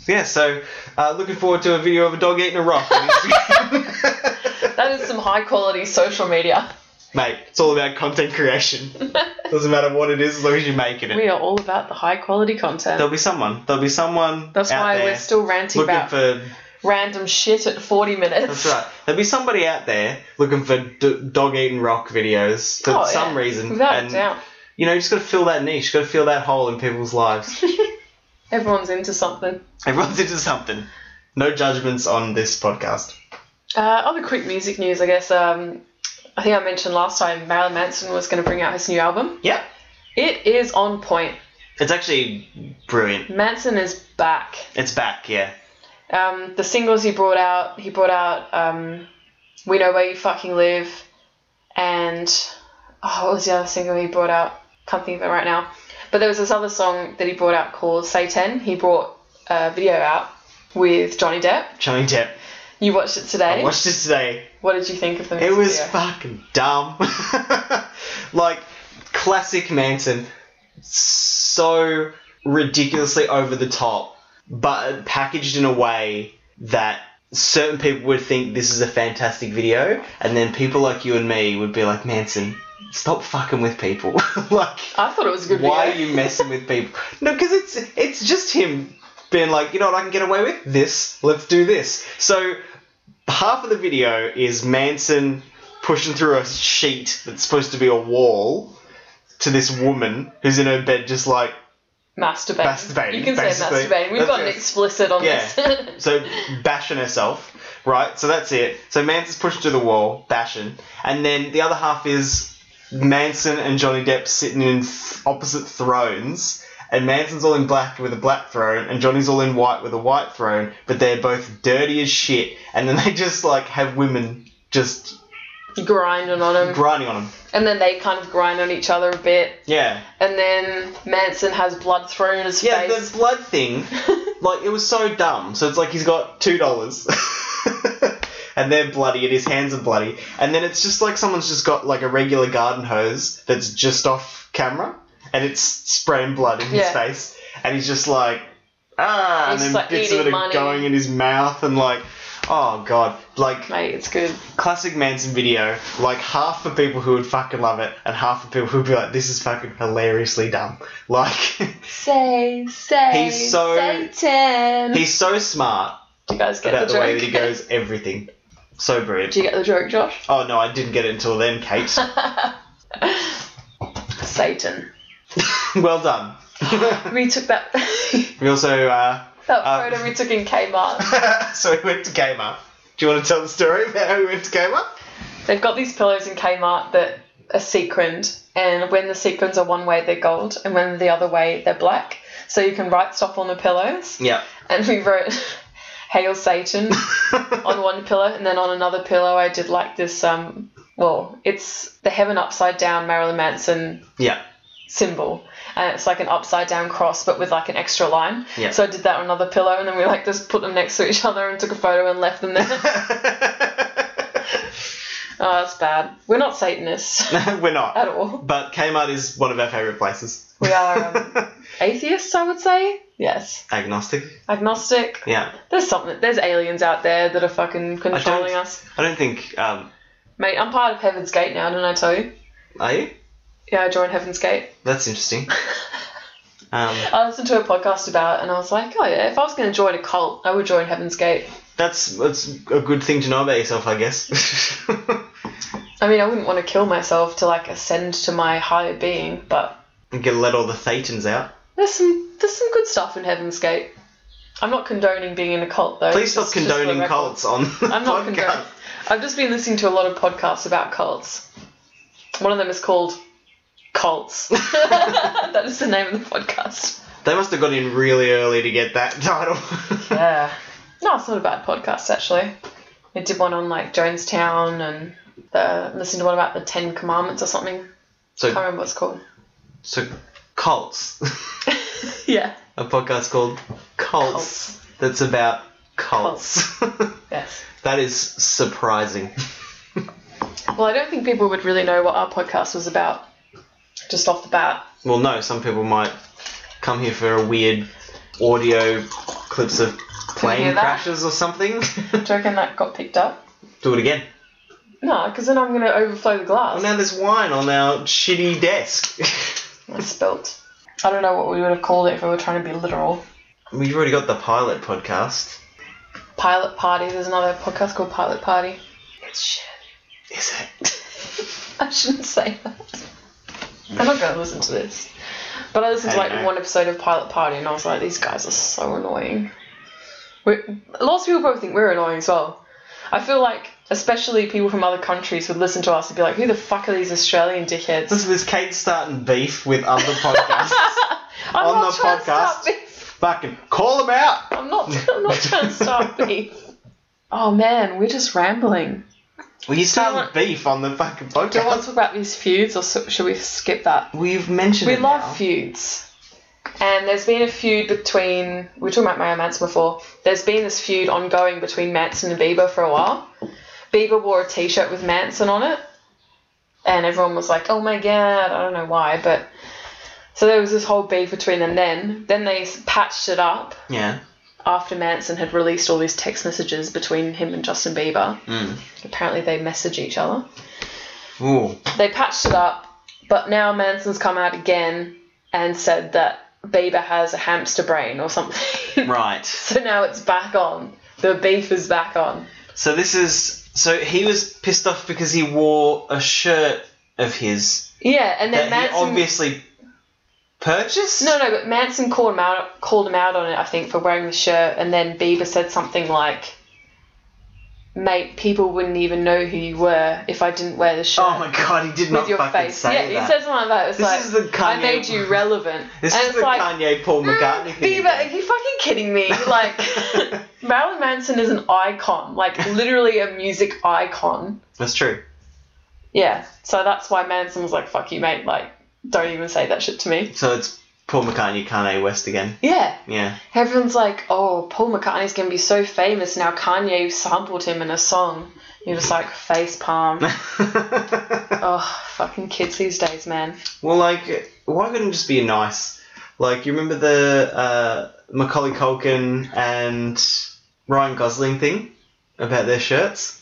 Yeah, so uh, looking forward to a video of a dog eating a rock. on Instagram. That is some high quality social media. Mate, it's all about content creation. Doesn't matter what it is, as long as you're making it. We are all about the high quality content. There'll be someone. There'll be someone. That's out why there we're still ranting looking about for. random shit at 40 minutes. That's right. There'll be somebody out there looking for d- dog eating rock videos for Oh, yeah. some reason. Without and a doubt. you know, you just got to fill that niche. Got to fill that hole in people's lives. Everyone's into something. Everyone's into something. No judgments on this podcast. Uh, other quick music news, I guess. Um, I think I mentioned last time Marilyn Manson was going to bring out his new album. Yeah, It is on point. it's actually brilliant. Manson is back. It's back. Yeah. um, the singles he brought out, he brought out um, "We Know Where You Fucking Live," and oh, what was the other single he brought out? Can't think of it right now. But there was this other song that he brought out called "Satan." He brought a video out with Johnny Depp. Johnny Depp. You watched it today. I watched it today. what did you think of the It music was video? fucking dumb. like classic Manson, so ridiculously over the top, but packaged in a way that certain people would think this is a fantastic video, and then people like you and me would be like, Manson, stop fucking with people. like, I thought it was a good why are video. you messing with people? No, because it's it's just him being like, you know what, I can get away with this. Let's do this. So half of the video is Manson pushing through a sheet that's supposed to be a wall to this woman who's in her bed, just like masturbating? Masturbating, You can basically. say masturbating. We've That's got good. an explicit on Yeah. this. so bashing herself, right? So that's it. So Manson's pushing to the wall, bashing, and then the other half is Manson and Johnny Depp sitting in th- opposite thrones, And Manson's all in black with a black throne, and Johnny's all in white with a white throne, but they're both dirty as shit. And then they just like have women just grinding on him, grinding on them. and then they kind of grind on each other a bit, Yeah, and then Manson has blood thrown in his yeah. face. The blood thing, like it was so dumb. So it's like he's got two dollars. And they're bloody, and his hands are bloody. And then it's just like someone's just got like a regular garden hose that's just off camera, and it's spraying blood in his Yeah. face. And he's just like, He's ah, and just, then like, bits of it eating are money. going in his mouth, and like, oh god, like Mate, it's good. classic Manson video. Like half the people who would fucking love it, and half the people who would be like, this is fucking hilariously dumb. Like. Say, say, He's so- Satan. He's so smart Do you guys get about the the, joke? way that he goes everything. So brilliant. Do you get the joke, Josh? Oh no, I didn't get it until then, Kate. Satan. well done. We took that that we also uh, Uh, photo we took in Kmart. so we went to Kmart. Do you want to tell the story about how we went to Kmart? They've got these pillows in Kmart that are sequined, and when the sequins are one way, they're gold, and when the other way, they're black. So you can write stuff on the pillows. Yeah. And we wrote "Hail Satan" on one pillow, and then on another pillow, I did like this. Um, well, it's the heaven upside down Marilyn Manson yeah. symbol, and it's like an upside down cross, but with like an extra line. Yeah. So I did that on another pillow, and then we like just put them next to each other and took a photo and left them there. oh, that's bad. We're not Satanists We're not. at all. But Kmart is one of our favourite places. We are um, atheists, I would say. Yes. Agnostic. Agnostic. Yeah. There's something. There's aliens out there that are fucking controlling us. I don't think. Um, Mate, I'm part of Heaven's Gate now, didn't I tell you? are you? Yeah, I joined Heaven's Gate. That's interesting. Um, I listened to a podcast about it and I was like, oh yeah, if I was going to join a cult, I would join Heaven's Gate. that's that's a good thing to know about yourself, I guess. I mean, I wouldn't want to kill myself to like ascend to my higher being, but You can let all the thetans out. there's some there's some good stuff in Heaven's Gate. I'm not condoning being in a cult though. Please stop Just- just for condoning record. cults on the I'm not condoning. podcast. I've just been listening to a lot of podcasts about cults. One of them is called Cults. that is the name of the podcast. They must have got in really early to get that title. Yeah. No, it's not a bad podcast actually. I did one on like Jonestown and the, listened to one about the Ten Commandments or something. can't so, remember what it's called. so cults. Yeah. a podcast called Cults. That's about cults. Yes. that is surprising. Well, I don't think people would really know what our podcast was about just off the bat. Well, no, some people might come here for a weird audio clips of plane hear that? crashes or something. Do you reckon that got picked up? Do it again. No, because then I'm going to overflow the glass. Well, now there's wine on our shitty desk. It's spilt. I don't know what we would have called it if we were trying to be literal. We've already got the pilot podcast. Pilot Party. There's another podcast called Pilot Party. It's shit. Is it? I shouldn't say that. I'm not going to listen to this. But I listened to Hey, like hey. one episode of Pilot Party and I was like, these guys are so annoying. We're, lots of people probably think we're annoying as well. I feel like, especially people from other countries would listen to us and be like, who the fuck are these Australian dickheads? Listen, there's Kate starting beef with other podcasts. I'm on not the trying to start podcast. beef. Fucking call them out. I'm not, I'm not trying to start beef. Oh man, we're just rambling. Well, you you started want- beef on the fucking Do you want to podcast. talk about these feuds or so, should we skip that? We've mentioned We it love now. feuds. And there's been a feud between we were talking about Mario Manson before. There's been this feud ongoing between Manson and Bieber for a while. Bieber wore a T-shirt with Manson on it, and everyone was like, "Oh my god!" I don't know why, but so there was this whole beef between them. Then, then they s- patched it up Yeah. after Manson had released all these text messages between him and Justin Bieber. Mm. Apparently, they message each other Ooh. they patched it up, but now Manson's come out again and said that Bieber has a hamster brain or something. Right. so now it's back on. The beef is back on. So this is. So he was pissed off because he wore a shirt of his Yeah, and that then he Manson. obviously purchased. no, no, but Manson called him out, called him out on it, I think, for wearing the shirt, and then Bieber said something like, mate, people wouldn't even know who you were if I didn't wear the shirt. Oh my god, he did not with your fucking face. say yeah, that. he said something like that. It's This like, is the I Kanye- made you relevant. this and is it's the like, "Mm, Kanye Paul McCartney thing. Ah, Bieber, are again. you fucking kidding me? Like, Marilyn Manson is an icon, like, literally a music icon. That's true. Yeah, so that's why Manson was like, fuck you, mate, like, don't even say that shit to me. So it's Paul McCartney, Kanye West again. Yeah, Yeah. everyone's like, oh, Paul McCartney's gonna be so famous now, Kanye sampled him in a song. You're just like, face palm. oh, fucking kids these days, man. well, like, why couldn't it just be nice? Like, you remember the uh, Macaulay Culkin and Ryan Gosling thing about their shirts?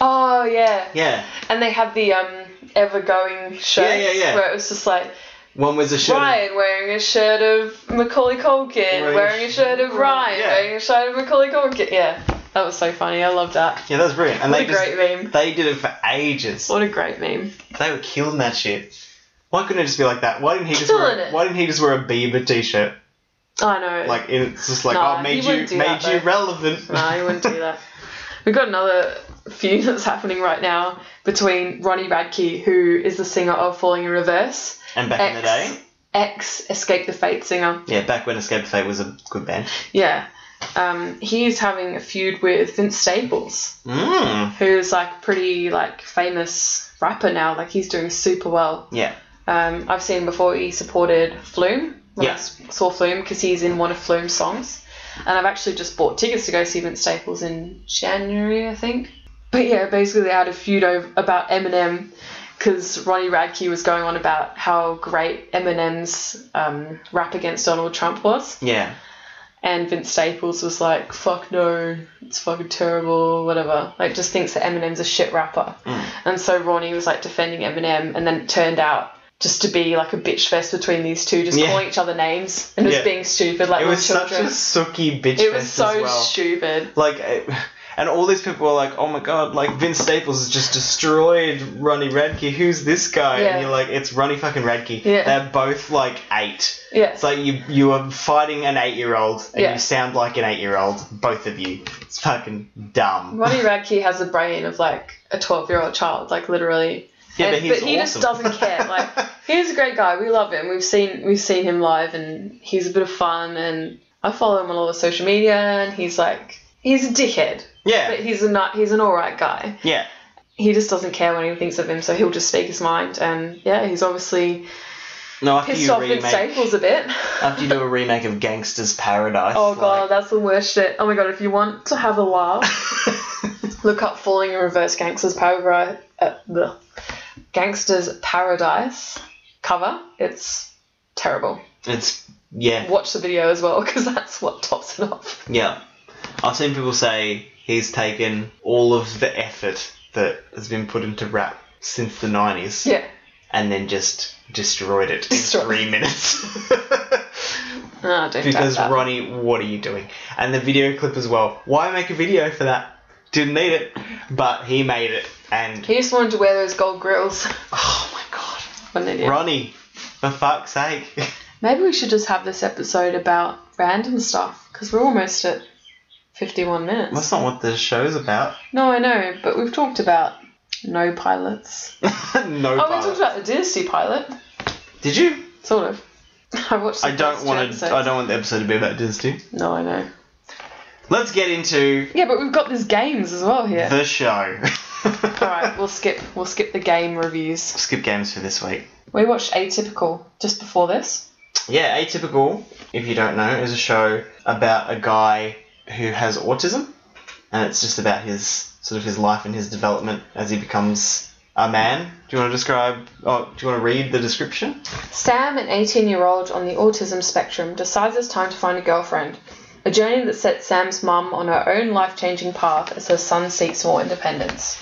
Oh, yeah. Yeah. And they had the um, ever going shirts Yeah, yeah, yeah. where it was just like, One was a shirt. Ryan wearing a shirt of Macaulay Culkin, Wearing wearing, a a shirt of Ryan, Yeah. wearing a shirt of Macaulay Culkin. Yeah, that was so funny. I loved that. Yeah, that was brilliant. And What they a just, great meme. they did it for ages. What a great meme. They were killing that shit. Why couldn't it just be like that? Why didn't he just Killing wear, it. Why didn't he just wear a Bieber t-shirt? Oh, I know. Like it's just like Nah, oh he made you wouldn't made do that, you though. relevant. no, I wouldn't do that. We've got another feud that's happening right now between Ronnie Radke, who is the singer of Falling in Reverse, and back in the day, ex Escape the Fate singer. yeah, back when Escape the Fate was a good band. Yeah. Um, he's having a feud with Vince Staples. Mm. who's like pretty like famous rapper now. Like he's doing super well. Yeah. Um, I've seen him before he supported Flume. When I Yeah. s- saw Flume because he's in one of Flume's songs, and I've actually just bought tickets to go see Vince Staples in January, I think. But yeah, basically they had a feud over, about Eminem because Ronnie Radke was going on about how great Eminem's um, rap against Donald Trump was. Yeah. And Vince Staples was like, fuck no, it's fucking terrible, whatever. Like, just thinks that Eminem's a shit rapper. Mm. And so Ronnie was like defending Eminem, and then it turned out just to be like a bitch fest between these two, just Yeah. calling each other names and just Yeah. being stupid, like It little was such a children. sucky bitch it was fest so as well. stupid. like, it- and all these people were like, "Oh my god!" Like Vince Staples has just destroyed Ronnie Radke. Who's this guy? Yeah. And you're like, "It's Ronnie fucking Radke." Yeah. They're both like eight. Yeah. It's like you you are fighting an eight year old and Yeah. you sound like an eight year old, both of you. It's fucking dumb. Ronnie Radke has the brain of like a 12 year old child, like literally. Yeah, And- but he's he just awesome. doesn't care. Like he's a great guy. We love him. We've seen we've seen him live, and he's a bit of fun. And I follow him on all the social media, and he's like he's a dickhead, but Yeah, he's a not he's an all right guy. yeah, He just doesn't care what anyone thinks of him, so he'll just speak his mind. And yeah, he's obviously no. After pissed you off Vince remake, Staples a bit. after you do a remake of Gangster's Paradise. Oh god, that's the worst shit. Oh my god, if you want to have a laugh. god. look up Falling in Reverse Gangsters Paradise. Uh, the Gangsters Paradise cover. It's terrible. it's yeah, Watch the video as well because that's what tops it off. yeah. I've seen people say he's taken all of the effort that has been put into rap since the nineties, Yeah. and then just destroyed it Destroyed. in three minutes. No, I don't because doubt that. Ronnie, what are you doing? And the video clip as well. Why make a video for that? Didn't need it, but he made it, and He just wanted to wear those gold grills. oh my god. What an idiot. Ronnie, for fuck's sake. Maybe we should just have this episode about random stuff because we're almost at 51 minutes. That's not what the show's about. No, I know, but we've talked about no pilots. no Oh, we bias. talked about the Dynasty pilot. Did you? Sort of. I watched the I don't first want two to. I episodes. don't want the episode to be about Dynasty. No, I know. Let's get into Yeah, but we've got these games as well here. the show. All right, we'll skip we'll skip the game reviews. Skip games for this week. We watched Atypical just before this. Yeah, Atypical, if you don't know, is a show about a guy who has autism, and it's just about his sort of his life and his development as he becomes a man. Do you want to describe? Oh, do you want to read the description? Sam, an 18-year-old on the autism spectrum, decides it's time to find a girlfriend. A journey that sets Sam's mum on her own life-changing path as her son seeks more independence.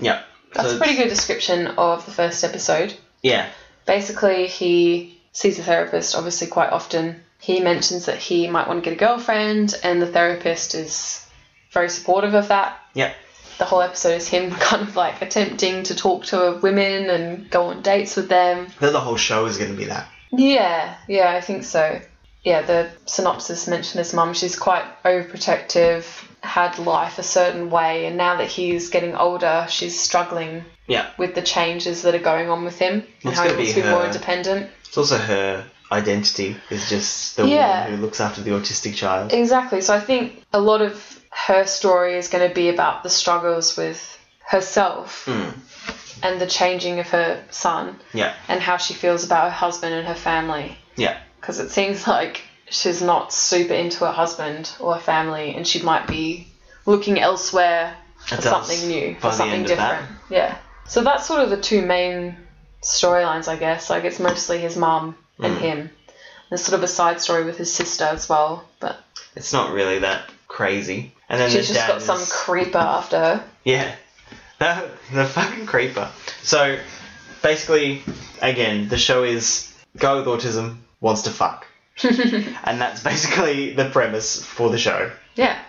Yeah. That's a pretty good description of the first episode. Yeah. basically he sees a therapist obviously quite often he mentions that he might want to get a girlfriend and the therapist is very supportive of that Yeah. the whole episode is him kind of like attempting to talk to women and go on dates with them The whole show is going to be that. yeah yeah i think so yeah, the synopsis mentioned his mum. She's quite overprotective, had life a certain way, and now that he's getting older, she's struggling Yeah. with the changes that are going on with him and It's how he gonna wants be to be more her- independent. It's also her identity is just the Yeah. woman who looks after the autistic child. Exactly. So I think a lot of her story is going to be about the struggles with herself Mm. and the changing of her son Yeah, and how she feels about her husband and her family. yeah, because it seems like she's not super into her husband or her family, and she might be looking elsewhere for It does, something new, by for the something end of that. different. Yeah. So that's sort of the two main storylines, I guess. Like it's mostly his mum and him. There's sort of a side story with his sister as well, but it's not really that crazy. And then she's the just dad got some is- creeper after her. Yeah. The, the fucking creeper. So, basically, again, the show is guy with autism wants to fuck. and that's basically the premise for the show. Yeah.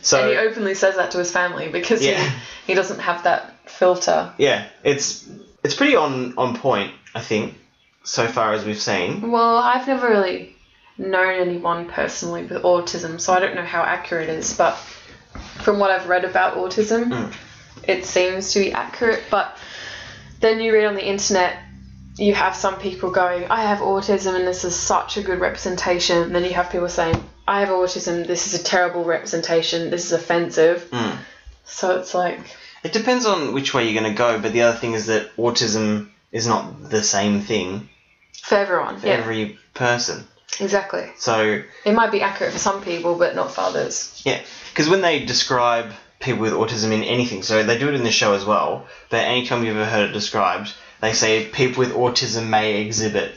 So, and he openly says that to his family because Yeah. he, he doesn't have that filter. yeah, it's it's pretty on, on point, I think, so far as we've seen. Well, I've never really known anyone personally with autism, so I don't know how accurate it is, but from what I've read about autism, it seems to be accurate. But then you read on the internet, you have some people going, I have autism and this is such a good representation. And then you have people saying, I have autism, this is a terrible representation, this is offensive. So it's like, It depends on which way you're going to go, but the other thing is that autism is not the same thing for everyone. for yeah, every person. exactly. So, It might be accurate for some people, but not for others. Yeah, because when they describe people with autism in anything, so they do it in the show as well, but anytime you've ever heard it described, they say people with autism may exhibit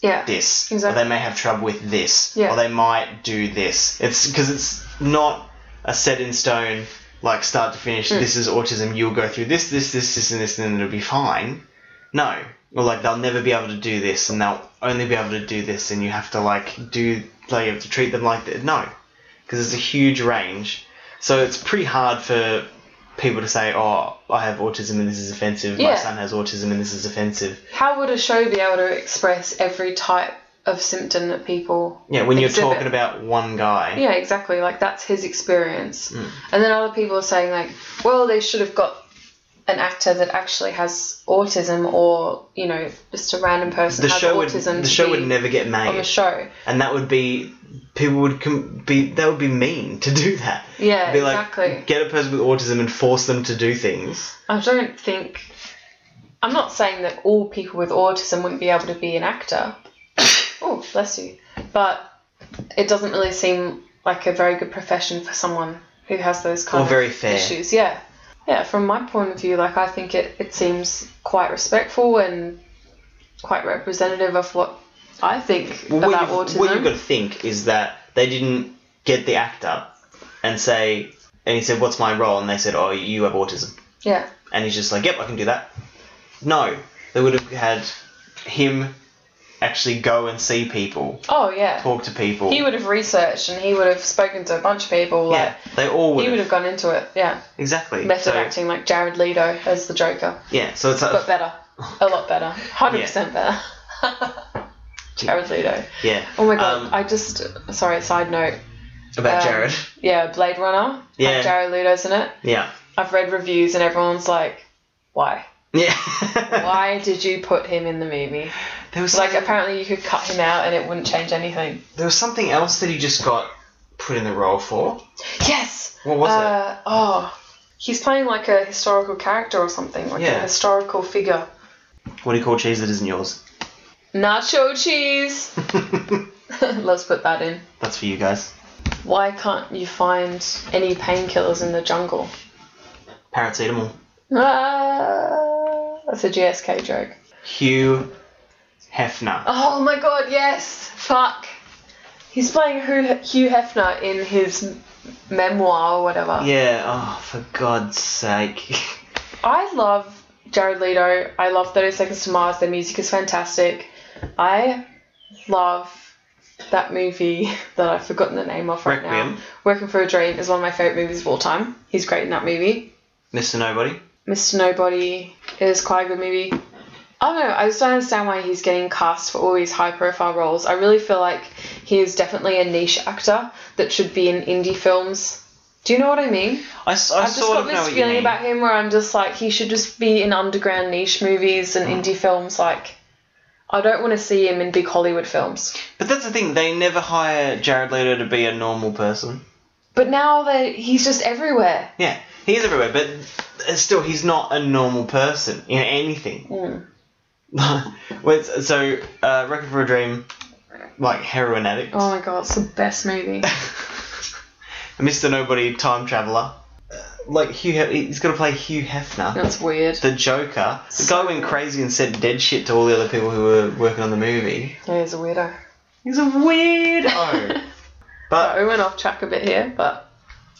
Yeah. this, or Exactly. they may have trouble with this, Yeah. or they might do this. It's because it's not a set in stone, like start to finish, Hmm. this is autism, you'll go through this, this, this, this, and this, and then it'll be fine. No. Or like they'll never be able to do this, and they'll only be able to do this, and you have to like do, like you have to treat them like that. No, because it's a huge range. So it's pretty hard for people to say, "Oh, I have autism and this is offensive. My Yeah. son has autism and this is offensive." How would a show be able to express every type of symptom that people? Yeah, when you're exhibit? talking about one guy. Yeah, exactly. Like that's his experience, Hmm. and then other people are saying like, well, they should have got an actor that actually has autism, or you know, just a random person the has show would autism. to the show be would never get on the made, show. and that would be people would com- be that would be mean to do that. Yeah, be like, exactly. Get a person with autism and force them to do things. I don't think. I'm not saying that all people with autism wouldn't be able to be an actor. oh, bless you. But it doesn't really seem like a very good profession for someone who has those kind Or of very fair. issues. Yeah. Yeah, from my point of view, like I think it, it seems quite respectful and quite representative of what I think Well, about what, autism. you've, what you've got to think is that they didn't get the actor and say, and he said, "What's my role?" And they said, "Oh, you have autism," yeah. and he's just like, "Yep, I can do that." No, they would have had him actually go and see people, Oh yeah. talk to people. He would have researched and he would have spoken to a bunch of people. yeah, Like they all would. he would have have gone into it. Yeah. exactly. method so, acting like Jared Leto as the Joker, Yeah, so it's like, but better, a lot better, hundred percent better. Jared Leto. Yeah. Oh my god! Um, I just sorry. Side note. about um, Jared. Yeah, Blade Runner. like Yeah. Jared Leto's in it. Yeah. I've read reviews and everyone's like, why? Yeah. Why did you put him in the movie? There was Like some- apparently you could cut him out and it wouldn't change anything. there was something else that he just got put in the role for. Yes. What was it? uh, Oh. He's playing like a historical character or something, like Yeah. a historical figure. What do you call cheese that isn't yours? Nacho cheese! Let's put that in. That's for you guys. Why can't you find any painkillers in the jungle? Paracetamol. Ah, that's a GSK joke. Hugh Hefner. Oh my god, yes! Fuck! He's playing Hugh Hugh Hefner in his memoir or whatever. Yeah. Oh, for God's sake. I love Jared Leto. I love 30 Seconds to Mars. Their music is fantastic. I love that movie that I've forgotten the name of right now. Requiem. Working for a Dream is one of my favourite movies of all time. He's great in that movie. Mr. Nobody. Mr. Nobody is quite a good movie. I don't know. I just don't understand why he's getting cast for all these high profile roles. I really feel like he is definitely a niche actor that should be in indie films. Do you know what I mean? I, s- I I've just sort got of know this what you feeling mean. about him where I'm just like, he should just be in underground niche movies and indie films. Like, I don't want to see him in big Hollywood films. but that's the thing. They never hire Jared Leto to be a normal person. But now that he's just everywhere. Yeah, he is everywhere, but uh, still, he's not a normal person in anything. With- so, uh, Record for a Dream, like heroin addict, Oh my god, it's the best movie. Mr. Nobody, time traveler. Uh, Like Hugh, he- he's got to play Hugh Hefner, That's weird. the Joker. The guy went crazy and said dead shit to all the other people who were working on the movie. Yeah, he's a weirdo. He's a weirdo. but I went off track a bit here, but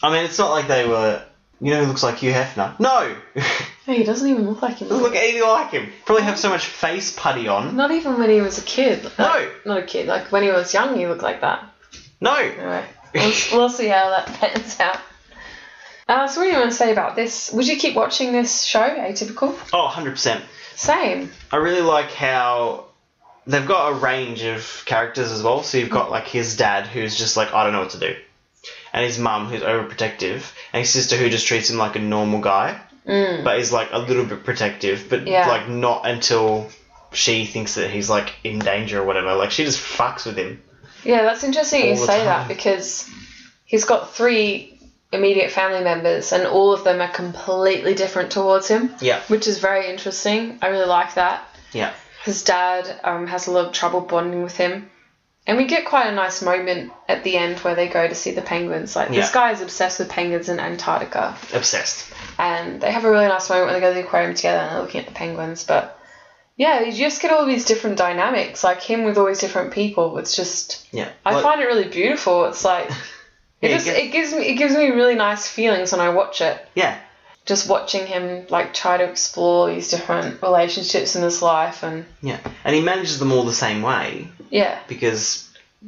I mean, it's not like they were. You know, who looks like Hugh Hefner. No, hey, he doesn't even look like him. look anything like him. Probably have so much face putty on. Not even when he was a kid. Like, No. Not a kid. Like when he was young, he looked like that. No. Anyway, we'll, we'll see how that pans out. Uh, so, what do you want to say about this? Would you keep watching this show, Atypical? Oh, 100%. Same. I really like how they've got a range of characters as well. So you've got like his dad who's just like, I don't know what to do. And his mum who's overprotective. And his sister who just treats him like a normal guy. Mm. But is like a little bit protective, but Yeah. like not until she thinks that he's like in danger or whatever. Like she just fucks with him. Yeah, that's interesting you All the say that time. because he's got three immediate family members and all of them are completely different towards him, Yeah. which is very interesting. I really like that. Yeah. His dad um, has a lot of trouble bonding with him. And we get quite a nice moment at the end where they go to see the penguins. Like, this Yeah. guy is obsessed with penguins in Antarctica. Obsessed. and they have a really nice moment when they go to the aquarium together and they're looking at the penguins. But yeah, you just get all these different dynamics, like him with all these different people. It's just Yeah. I Like- find it really beautiful. It's like it Yeah, it just gets- it gives me it gives me really nice feelings when I watch it. yeah. Just watching him like try to explore these different relationships in his life and Yeah. And he manages them all the same way. yeah. because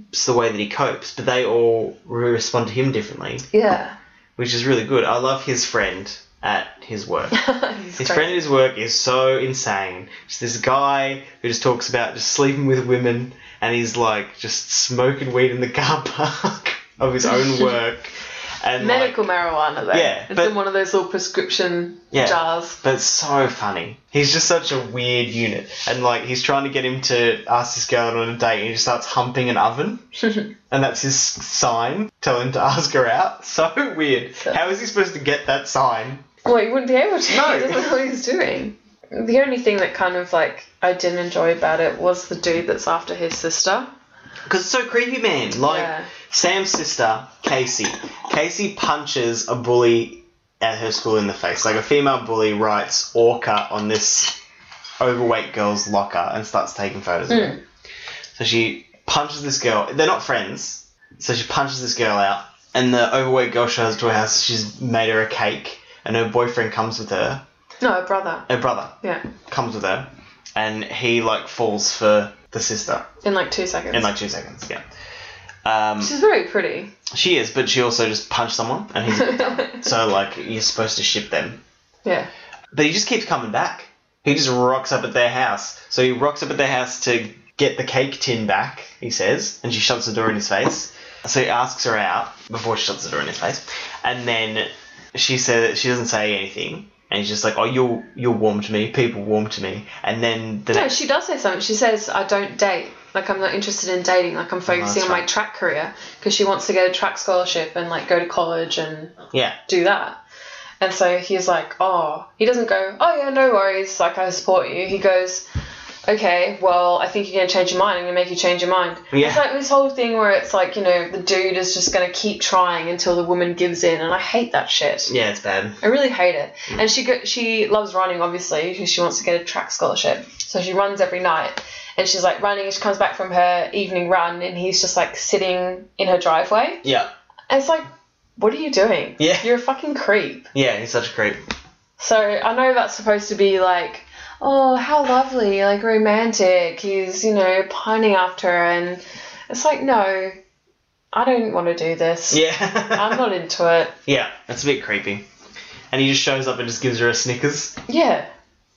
it's the way that he copes, but they all re- respond to him differently, Yeah. which is really good. I love his friend at his work. He's His crazy. friend at his work is so insane. It's this guy who just talks about just sleeping with women and he's like just smoking weed in the car park of his own work. And like, Medical marijuana though. Yeah, It's but- in one of those little prescription Yeah. jars. But it's so funny. He's just such a weird unit. And like he's trying to get him to ask this girl on a date and he just starts humping an oven. and that's his sign telling him to ask her out. So weird. How is he supposed to get that sign? Well, you wouldn't be able to. No. He doesn't know what he's doing. The only thing that kind of like I didn't enjoy about it was the dude that's after his sister. Because it's so creepy, man. Like Yeah. Sam's sister, Casey. Casey punches a bully at her school in the face. Like a female bully writes orca on this overweight girl's locker and starts taking photos of her. So she punches this girl. They're not friends. So she punches this girl out, and the overweight girl shows up to her house. She's made her a cake, and her boyfriend comes with her. No, her brother. Her brother Yeah. comes with her, and he like falls for the sister In like two seconds. in like two seconds. Yeah. Um, She's very pretty. she is, but she also just punched someone, and he's a dumb. so like you're supposed to ship them, Yeah. but he just keeps coming back. He just rocks up at their house. So he rocks up at their house to get the cake tin back. He says, and she shuts the door in his face. So he asks her out before she shuts the door in his face, and then she says she doesn't say anything, and he's just like, "Oh, you'll you'll warm to me. People warm to me." And then the No, next, she does say something. She says, "I don't date. Like I'm not interested in dating. Like I'm focusing on Oh, that's my right. track career because she wants to get a track scholarship and like go to college and yeah, do that." And so he's like, "Oh." He doesn't go, "Oh yeah, no worries. Like I support you." He goes, "Okay, well, I think you're gonna change your mind. I'm gonna make you change your mind." yeah. It's like this whole thing where it's like, you know, the dude is just going to keep trying until the woman gives in, and I hate that shit. yeah, Mm. it's bad. I really hate it. And she go- she loves running, obviously, because she wants to get a track scholarship. So she runs every night, and she's like running, and she comes back from her evening run, and he's just like sitting in her driveway. Yeah, And it's like, what are you doing? Yeah. You're a fucking creep. yeah, he's such a creep. So I know that's supposed to be like, oh, how lovely, like romantic. He's, you know, pining after her. And it's like, no, I don't want to do this. Yeah. I'm not into it. Yeah, that's a bit creepy. And he just shows up and just gives her a Snickers. Yeah.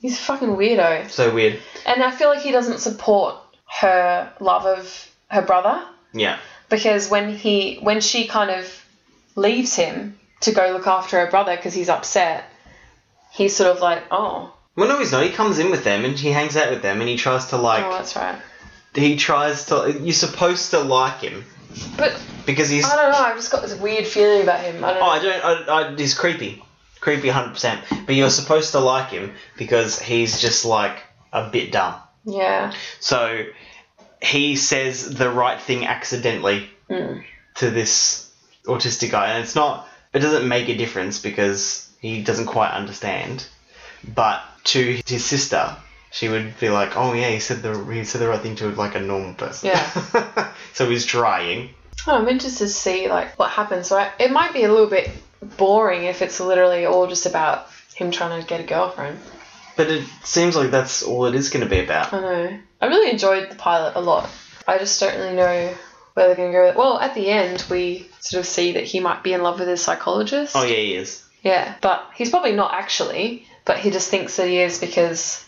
He's a fucking weirdo. So weird. And I feel like he doesn't support her love of her brother Yeah. because when he when she kind of leaves him to go look after her brother because he's upset, he's sort of like, oh, Well, no, he's not. He comes in with them and he hangs out with them and he tries to like. oh, that's right. He tries to. You're supposed to like him But because he's. I don't know. I've just got this weird feeling about him. I don't Oh, know. I don't. I, I, he's creepy. Creepy 100%. But you're supposed to like him because he's just like a bit dumb. Yeah. So he says the right thing accidentally Mm. to this autistic guy, and it's not. It doesn't make a difference because he doesn't quite understand. But to his sister, she would be like, "Oh yeah, he said the he said the right thing to like a normal person." Yeah. so he's trying. Oh, I'm interested to see like what happens. So I, it might be a little bit boring if it's literally all just about him trying to get a girlfriend. But it seems like that's all it is going to be about. I know. I really enjoyed the pilot a lot. I just don't really know where they're going to go. With it. Well, at the end, we sort of see that he might be in love with his psychologist. Oh yeah, he is. Yeah, but he's probably not actually, but he just thinks that he is because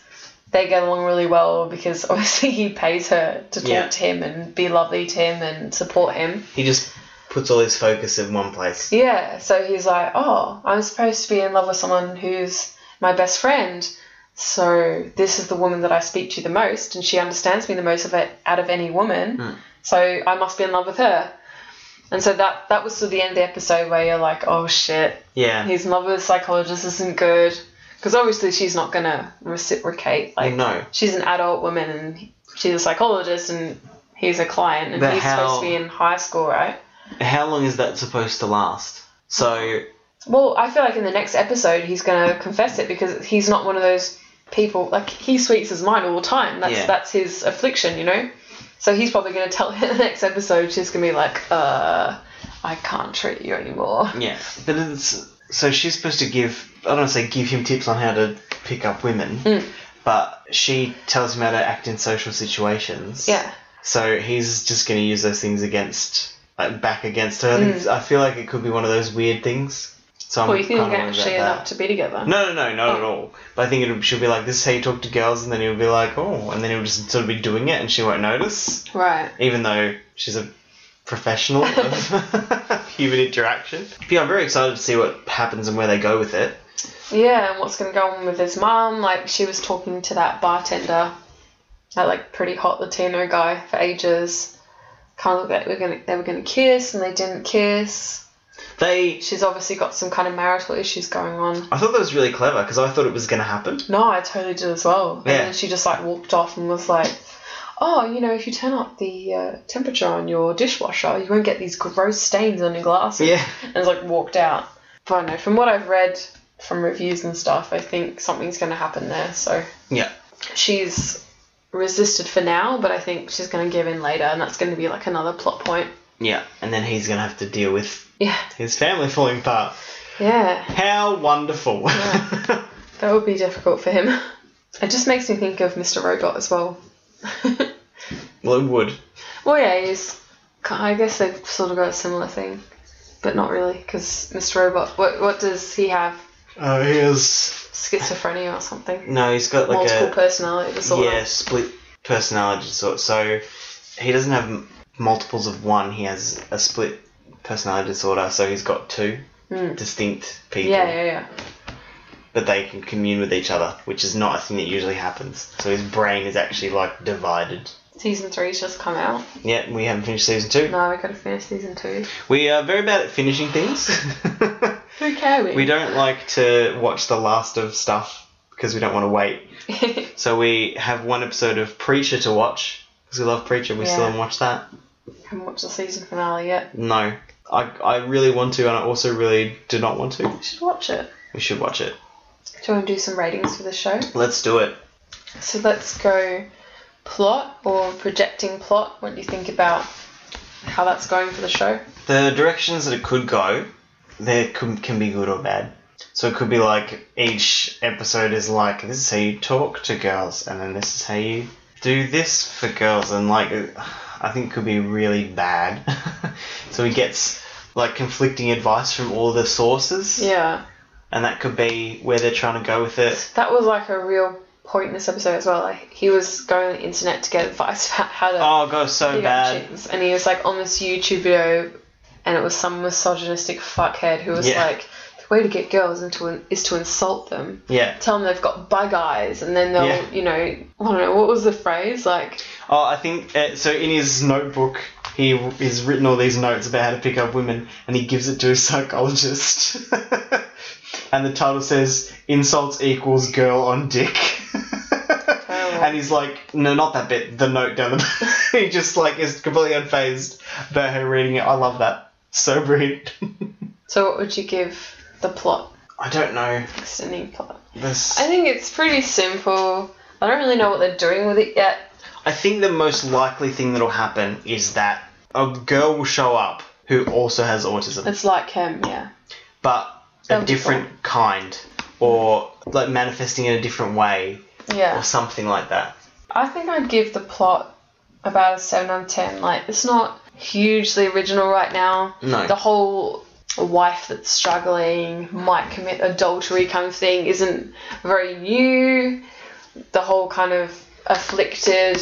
they get along really well because obviously he pays her to talk Yeah. to him and be lovely to him and support him. He just puts all his focus in one place. Yeah, so he's like, oh, I'm supposed to be in love with someone who's my best friend. So this is the woman that I speak to the most, and she understands me the most of it out of any woman. Mm. So I must be in love with her. And so that that was to the end of the episode where you're like, oh shit, Yeah. his love with a psychologist isn't good because obviously she's not gonna reciprocate. Like no. she's an adult woman and she's a psychologist and he's a client and But he's how- supposed to be in high school, right? How long is that supposed to last? So Well, I feel like in the next episode he's gonna confess it because he's not one of those people like he sweets his mind all the time. That's Yeah. that's his affliction, you know. So he's probably gonna tell her in the next episode. She's gonna be like, uh, I can't treat you anymore. Yeah, but it's so she's supposed to give. I don't want to say give him tips on how to pick up women, Mm. but she tells him how to act in social situations. Yeah. So he's just going to use those things against, like back against her. I, think, I feel like it could be one of those weird things. So I'm Hmm. Well, you think kind they're of gonna worried actually Oh. about end that. up to be together? No, no, no, not at all. But I think it'll, she'll be like, "This is how you talk to girls," and then he'll be like, "Oh," and then he'll just sort of be doing it, and she won't notice, Right. even though she's a professional of human interaction. But yeah, I'm very excited to see what happens and where they go with it. Yeah, and what's gonna go on with his mum? Like she was talking to that bartender, that like pretty hot Latino guy for ages. Kind of like they were gonna they were gonna kiss and they didn't kiss. They, She's obviously got some kind of marital issues going on. I thought that was really clever because I thought it was going to happen. No, I totally did as well. And Yeah. then she just like walked off and was like, "Oh, you know, if you turn up the uh, temperature on your dishwasher, you won't get these gross stains on your glasses." Yeah, and it's like walked out. But I don't know, from what I've read from reviews and stuff, I think something's going to happen there. So yeah, she's resisted for now, but I think she's going to give in later, and that's going to be like another plot point. yeah. And then he's going to have to deal with Yeah, his family falling apart. yeah, How wonderful! Yeah. that would be difficult for him. It just makes me think of Mr. Robot as well. well, it would. well, yeah, he's. I guess they've sort of got a similar thing, but not really, because Mr. Robot. What what does he have? Uh, he has Schizophrenia or something? no. He's got like Multiple a personality disorder. yeah split personality disorder. So he doesn't have m- multiples of one. He has a split personality disorder. So he's got two Mm. distinct people. Yeah, yeah, yeah. But they can commune with each other, which is not a thing that usually happens. So his brain is actually like divided. Season three's just come out. Yeah, we haven't finished season two. No, we gotta finish season two. We are very bad at finishing things. Who care we? we don't like to watch the last of stuff because we don't want to wait. So we have one episode of Preacher to watch because we love Preacher. We still Yeah. haven't watched that. haven't watched the season finale yet. No, I, I really want to, and I also really do not want to. We should watch it. We should watch it. Do you wanna do some ratings for the show? Let's do it. So let's go plot or projecting plot. What do you think about how that's going for the show? The directions that it could go, there can, can be good or bad. So it could be like each episode is like this is how you talk to girls, and then this is how you do this for girls, and like I think it could be really bad. so he gets like conflicting advice from all the sources. Yeah. and that could be where they're trying to go with it. That was like a real point in this episode as well. Like he was going on the internet to get advice about how to Oh, god, so pick up bad. chicks, and he was like on this YouTube video, and it was some misogynistic fuckhead who was Yeah. like, the way to get girls into is to insult them. Yeah. Tell them they've got bug eyes, and then they'll, Yeah. you know, I don't know, what was the phrase? Like, Oh, I think uh, so. In his notebook, he he's written all these notes about how to pick up women, and he gives it to a psychologist. and the title says "Insults Equals Girl on Dick." and he's like, no, not that bit. The note down the. he just like is completely unfazed about her reading it. I love that. So brilliant. so what would you give the plot? I don't know Extending plot. this. I think it's pretty simple. I don't really know what they're doing with it yet. I think the most likely thing that'll happen is that a girl will show up who also has autism. It's like him, yeah. but That'd a be different kind or like manifesting in a different way or Yeah. something like that. I think I'd give the plot about a 7 out of 10. Like, it's not hugely original right now. No. The whole wife that's struggling might commit adultery kind of thing isn't very new. The whole kind of afflicted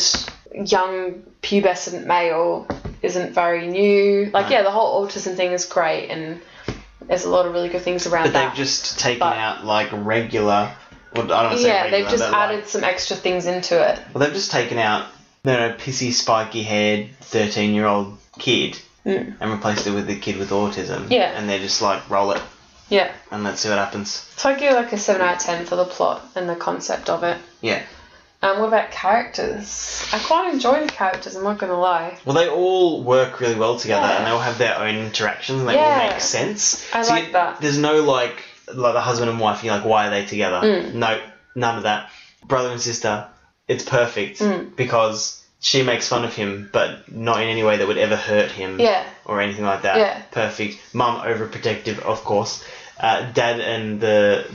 young pubescent male isn't very new. Like, No. yeah, the whole autism thing is great and there's a lot of really good things around But that. they've just taken But- out like regular. Well, I don't want to say yeah, regular, they've just but, like- added some extra things into it. well, they've just taken out you know, pissy, spiky-haired thirteen-year-old kid Mm. and replaced it with a kid with autism. Yeah. And they're just like roll it Yeah. and let's see what happens. So I'd give like a 7 out of 10 for the plot and the concept of it. Yeah. Um, what about characters? I quite enjoy the characters, I'm not gonna lie. Well, they all work really well together, Yeah. and they all have their own interactions. and They Yeah. all make sense. I like you- that. There's no like like the husband and wife. You're like, why are they together? Mm. No, none of that. Brother and sister. It's perfect Mm. because she makes fun of him, but not in any way that would ever hurt him Yeah, or anything like that. Yeah. Perfect. Mum overprotective, of course. Uh, dad and the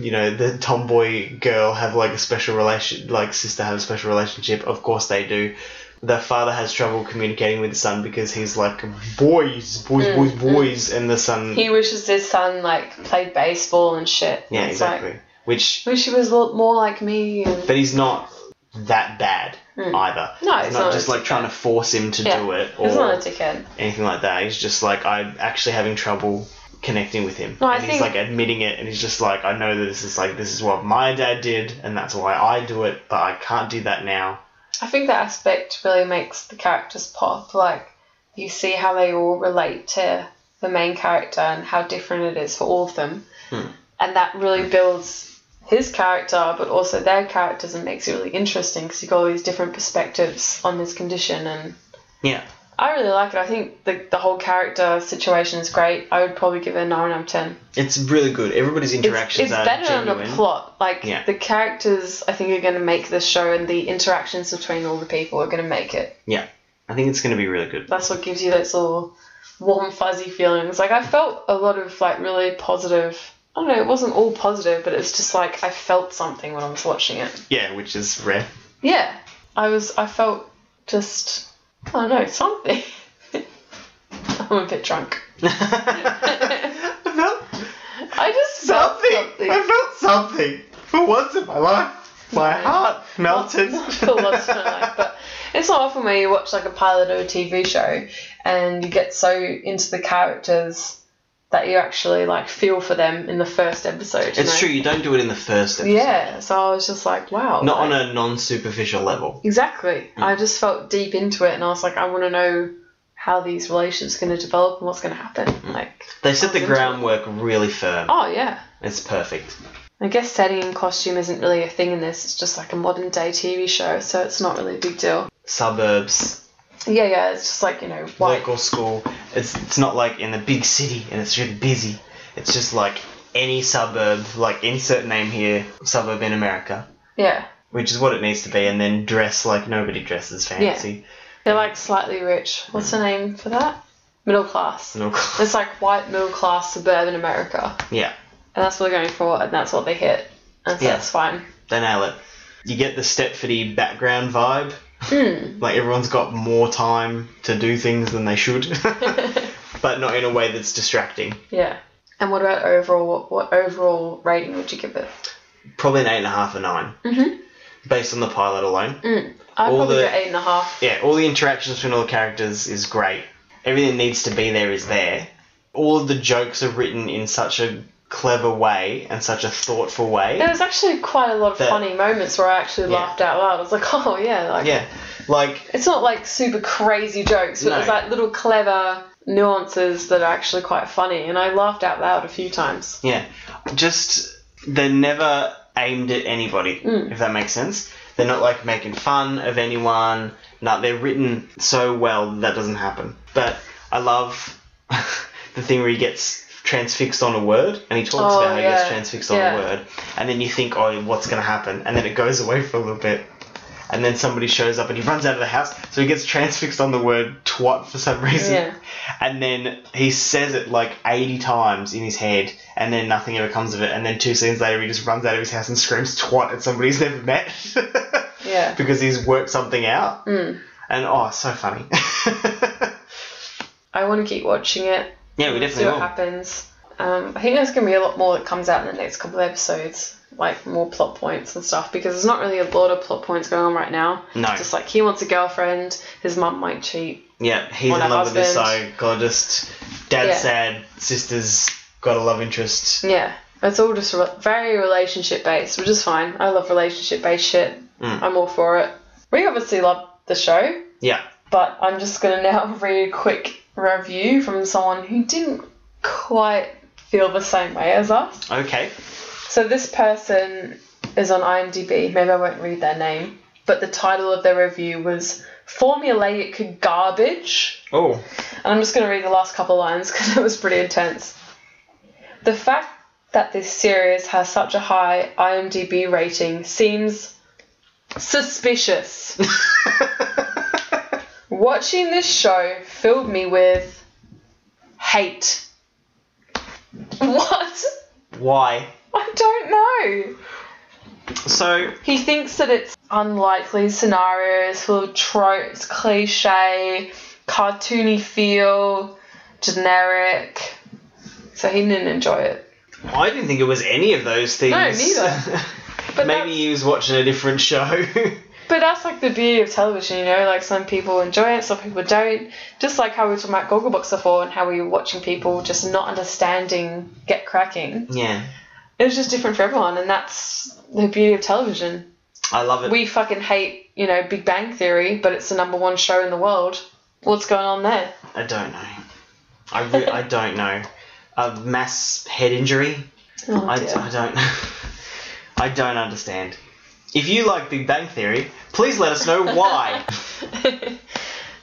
you know the tomboy girl have like a special relation like sister have a special relationship of course they do the father has trouble communicating with the son because he's like boys boys Mm, boys mm. boys and the son he wishes his son like played baseball and shit. yeah It's exactly Like, which wish he was a lot more like me. And... but he's not that bad Mm. either No, it's he's not, not just a like trying dickhead. to force him to Yeah, do it He's or not a dickhead. anything like that he's just like i'm actually having trouble connecting with him No, I and he's think- like admitting it and he's just like i know that this is like this is what my dad did and that's why i do it but i can't do that now I think that aspect really makes the characters pop. Like, you see how they all relate to the main character and how different it is for all of them. Hmm. And that really builds his character, but also their characters, and makes it really interesting because you've got all these different perspectives on this condition. And yeah I really like it. I think the, the whole character situation is great. I would probably give it a 9 out of 10. it's really good everybody's It's, interactions it's are better genuine than a plot. Like, Yeah. the characters, I think, are going to make this show, and the interactions between all the people are going to make it. yeah i think it's going to be really good that's what gives you those little warm fuzzy feelings like i felt a lot of like really positive i don't know it wasn't all positive but it's just like i felt something when i was watching it yeah which is rare yeah i was i felt just i don't know something i'm a bit drunk I felt i just felt something. something I felt something for once in my life. My Yeah. heart melted. Not for once in my life, but it's not often where you watch like a pilot or a TV show and you get so into the characters that you actually like feel for them in the first episode. you it's know? true. You don't do it in the first episode. Yeah, so I was just like, wow. Not like- on a Hmm. non-superficial level. Exactly. I just felt deep into it and I was like, I want to know how these relationships are going to develop and what's going to happen. Hmm. Like, They set the I was into it. groundwork really firm. oh, yeah. It's perfect. I guess setting and costume isn't really a thing in this. It's just like a modern day TV show, so it's not really a big deal. Suburbs, Yeah, yeah, it's just like, you know, white. local school. It's it's not like in a big city and it's really busy. It's just like any suburb, like insert name here, suburb in America, Yeah. which is what it needs to be, and then dress like nobody dresses fancy. They're like slightly rich. What's the name for that? Middle class. Hmm. No- It's like white middle class suburban America. yeah. And that's what they're going for, and that's what they hit. And so Yeah. that's fine. they nail it. You get the Stepfordy background vibe. like everyone's got more time to do things than they should, but not in a way that's distracting. Yeah. And what about overall? What, what overall rating would you give it? Probably an eight and a half or nine, Mm-hmm. based on the pilot alone. I'd All probably the- go eight and a half. Yeah, all the interactions between all the characters is great. Everything that needs to be there is there. All of the jokes are written in such a clever way and such a thoughtful way. There was actually quite a lot of That- funny moments where I actually Yeah. laughed out loud. I was like, oh yeah, like Yeah, like it's not like super crazy jokes, but No. it's like little clever nuances that are actually quite funny. And I laughed out loud a few times. Yeah, just they're never aimed at anybody, Mm. if that makes sense. They're not like making fun of anyone. No, they're written so well that doesn't happen. But I love the thing where he gets transfixed on a word, and he talks Oh, about how he yeah. gets transfixed on Yeah. a word, and then you think, oh, what's gonna happen? And then it goes away for a little bit. And then somebody shows up and he runs out of the house, so he gets transfixed on the word twat for some reason Yeah. and then he says it like 80 times in his head and then nothing ever comes of it and then two scenes later he just runs out of his house and screams twat at somebody he's never met Yeah. because he's worked something out Mm. and oh it's so funny I want to keep watching it. yeah we see definitely what will happens. Um, I think there's gonna be a lot more that comes out in the next couple of episodes, like more plot points and stuff, because there's not really a lot of plot points going on right now. no Just like he wants a girlfriend, his mum might cheat. yeah he's on in a love with his husband. psychologist dad's Yeah. sad sister's got a love interest Yeah, it's all just re- very relationship based, which is fine. I love relationship based shit. Mm. I'm all for it. We obviously love the show, yeah but I'm just gonna now read a quick review from someone who didn't quite feel the same way as us. okay So this person is on IMDb. Maybe I won't read their name, but the title of their review was "Formulaic Garbage." oh And I'm just going to read the last couple lines because it was pretty intense. The fact that this series has such a high IMDb rating seems suspicious. Watching this show filled me with hate. What? why I don't know. so He thinks that it's unlikely scenarios full of tropes, cliche, cartoony feel, generic. So he didn't enjoy it. i didn't think it was any of those things neither. But maybe that's- he was watching a different show But that's like the beauty of television, you know, like some people enjoy it, some people don't. Just like how we were talking about Gogglebox before and how we were watching people just not understanding get cracking. yeah It was just different for everyone and that's the beauty of television. I love it. We fucking hate, you know, Big Bang Theory, but it's the number one show in the world. What's going on there? I don't know. I, re- I don't know. A mass head injury? Oh, I, dear. I don't I don't understand. If you like Big Bang Theory, please let us know why.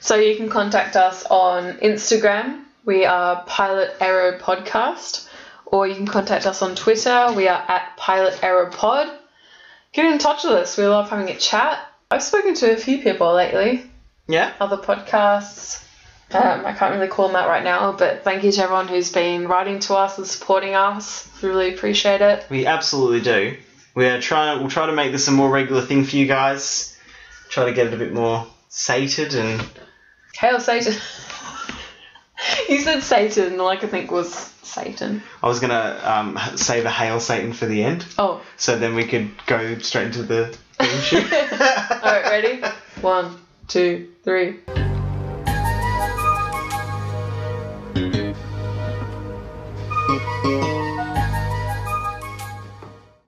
so you can contact us on Instagram. We are Pilot Arrow Podcast. Or you can contact us on Twitter. We are at Pilot Arrow Pod. Get in touch with us. We love having a chat. I've spoken to a few people lately, yeah? other podcasts. Um, I can't really call them out right now, but thank you to everyone who's been writing to us and supporting us. We really appreciate it. We absolutely do. We are trying we'll try to make this a more regular thing for you guys. Try to get it a bit more sated and Hail Satan! you said Satan, and all I could think was Satan. I was gonna um, save a Hail Satan for the end. Oh, So then we could go straight into the theme shoot. All right, ready? One, two, three.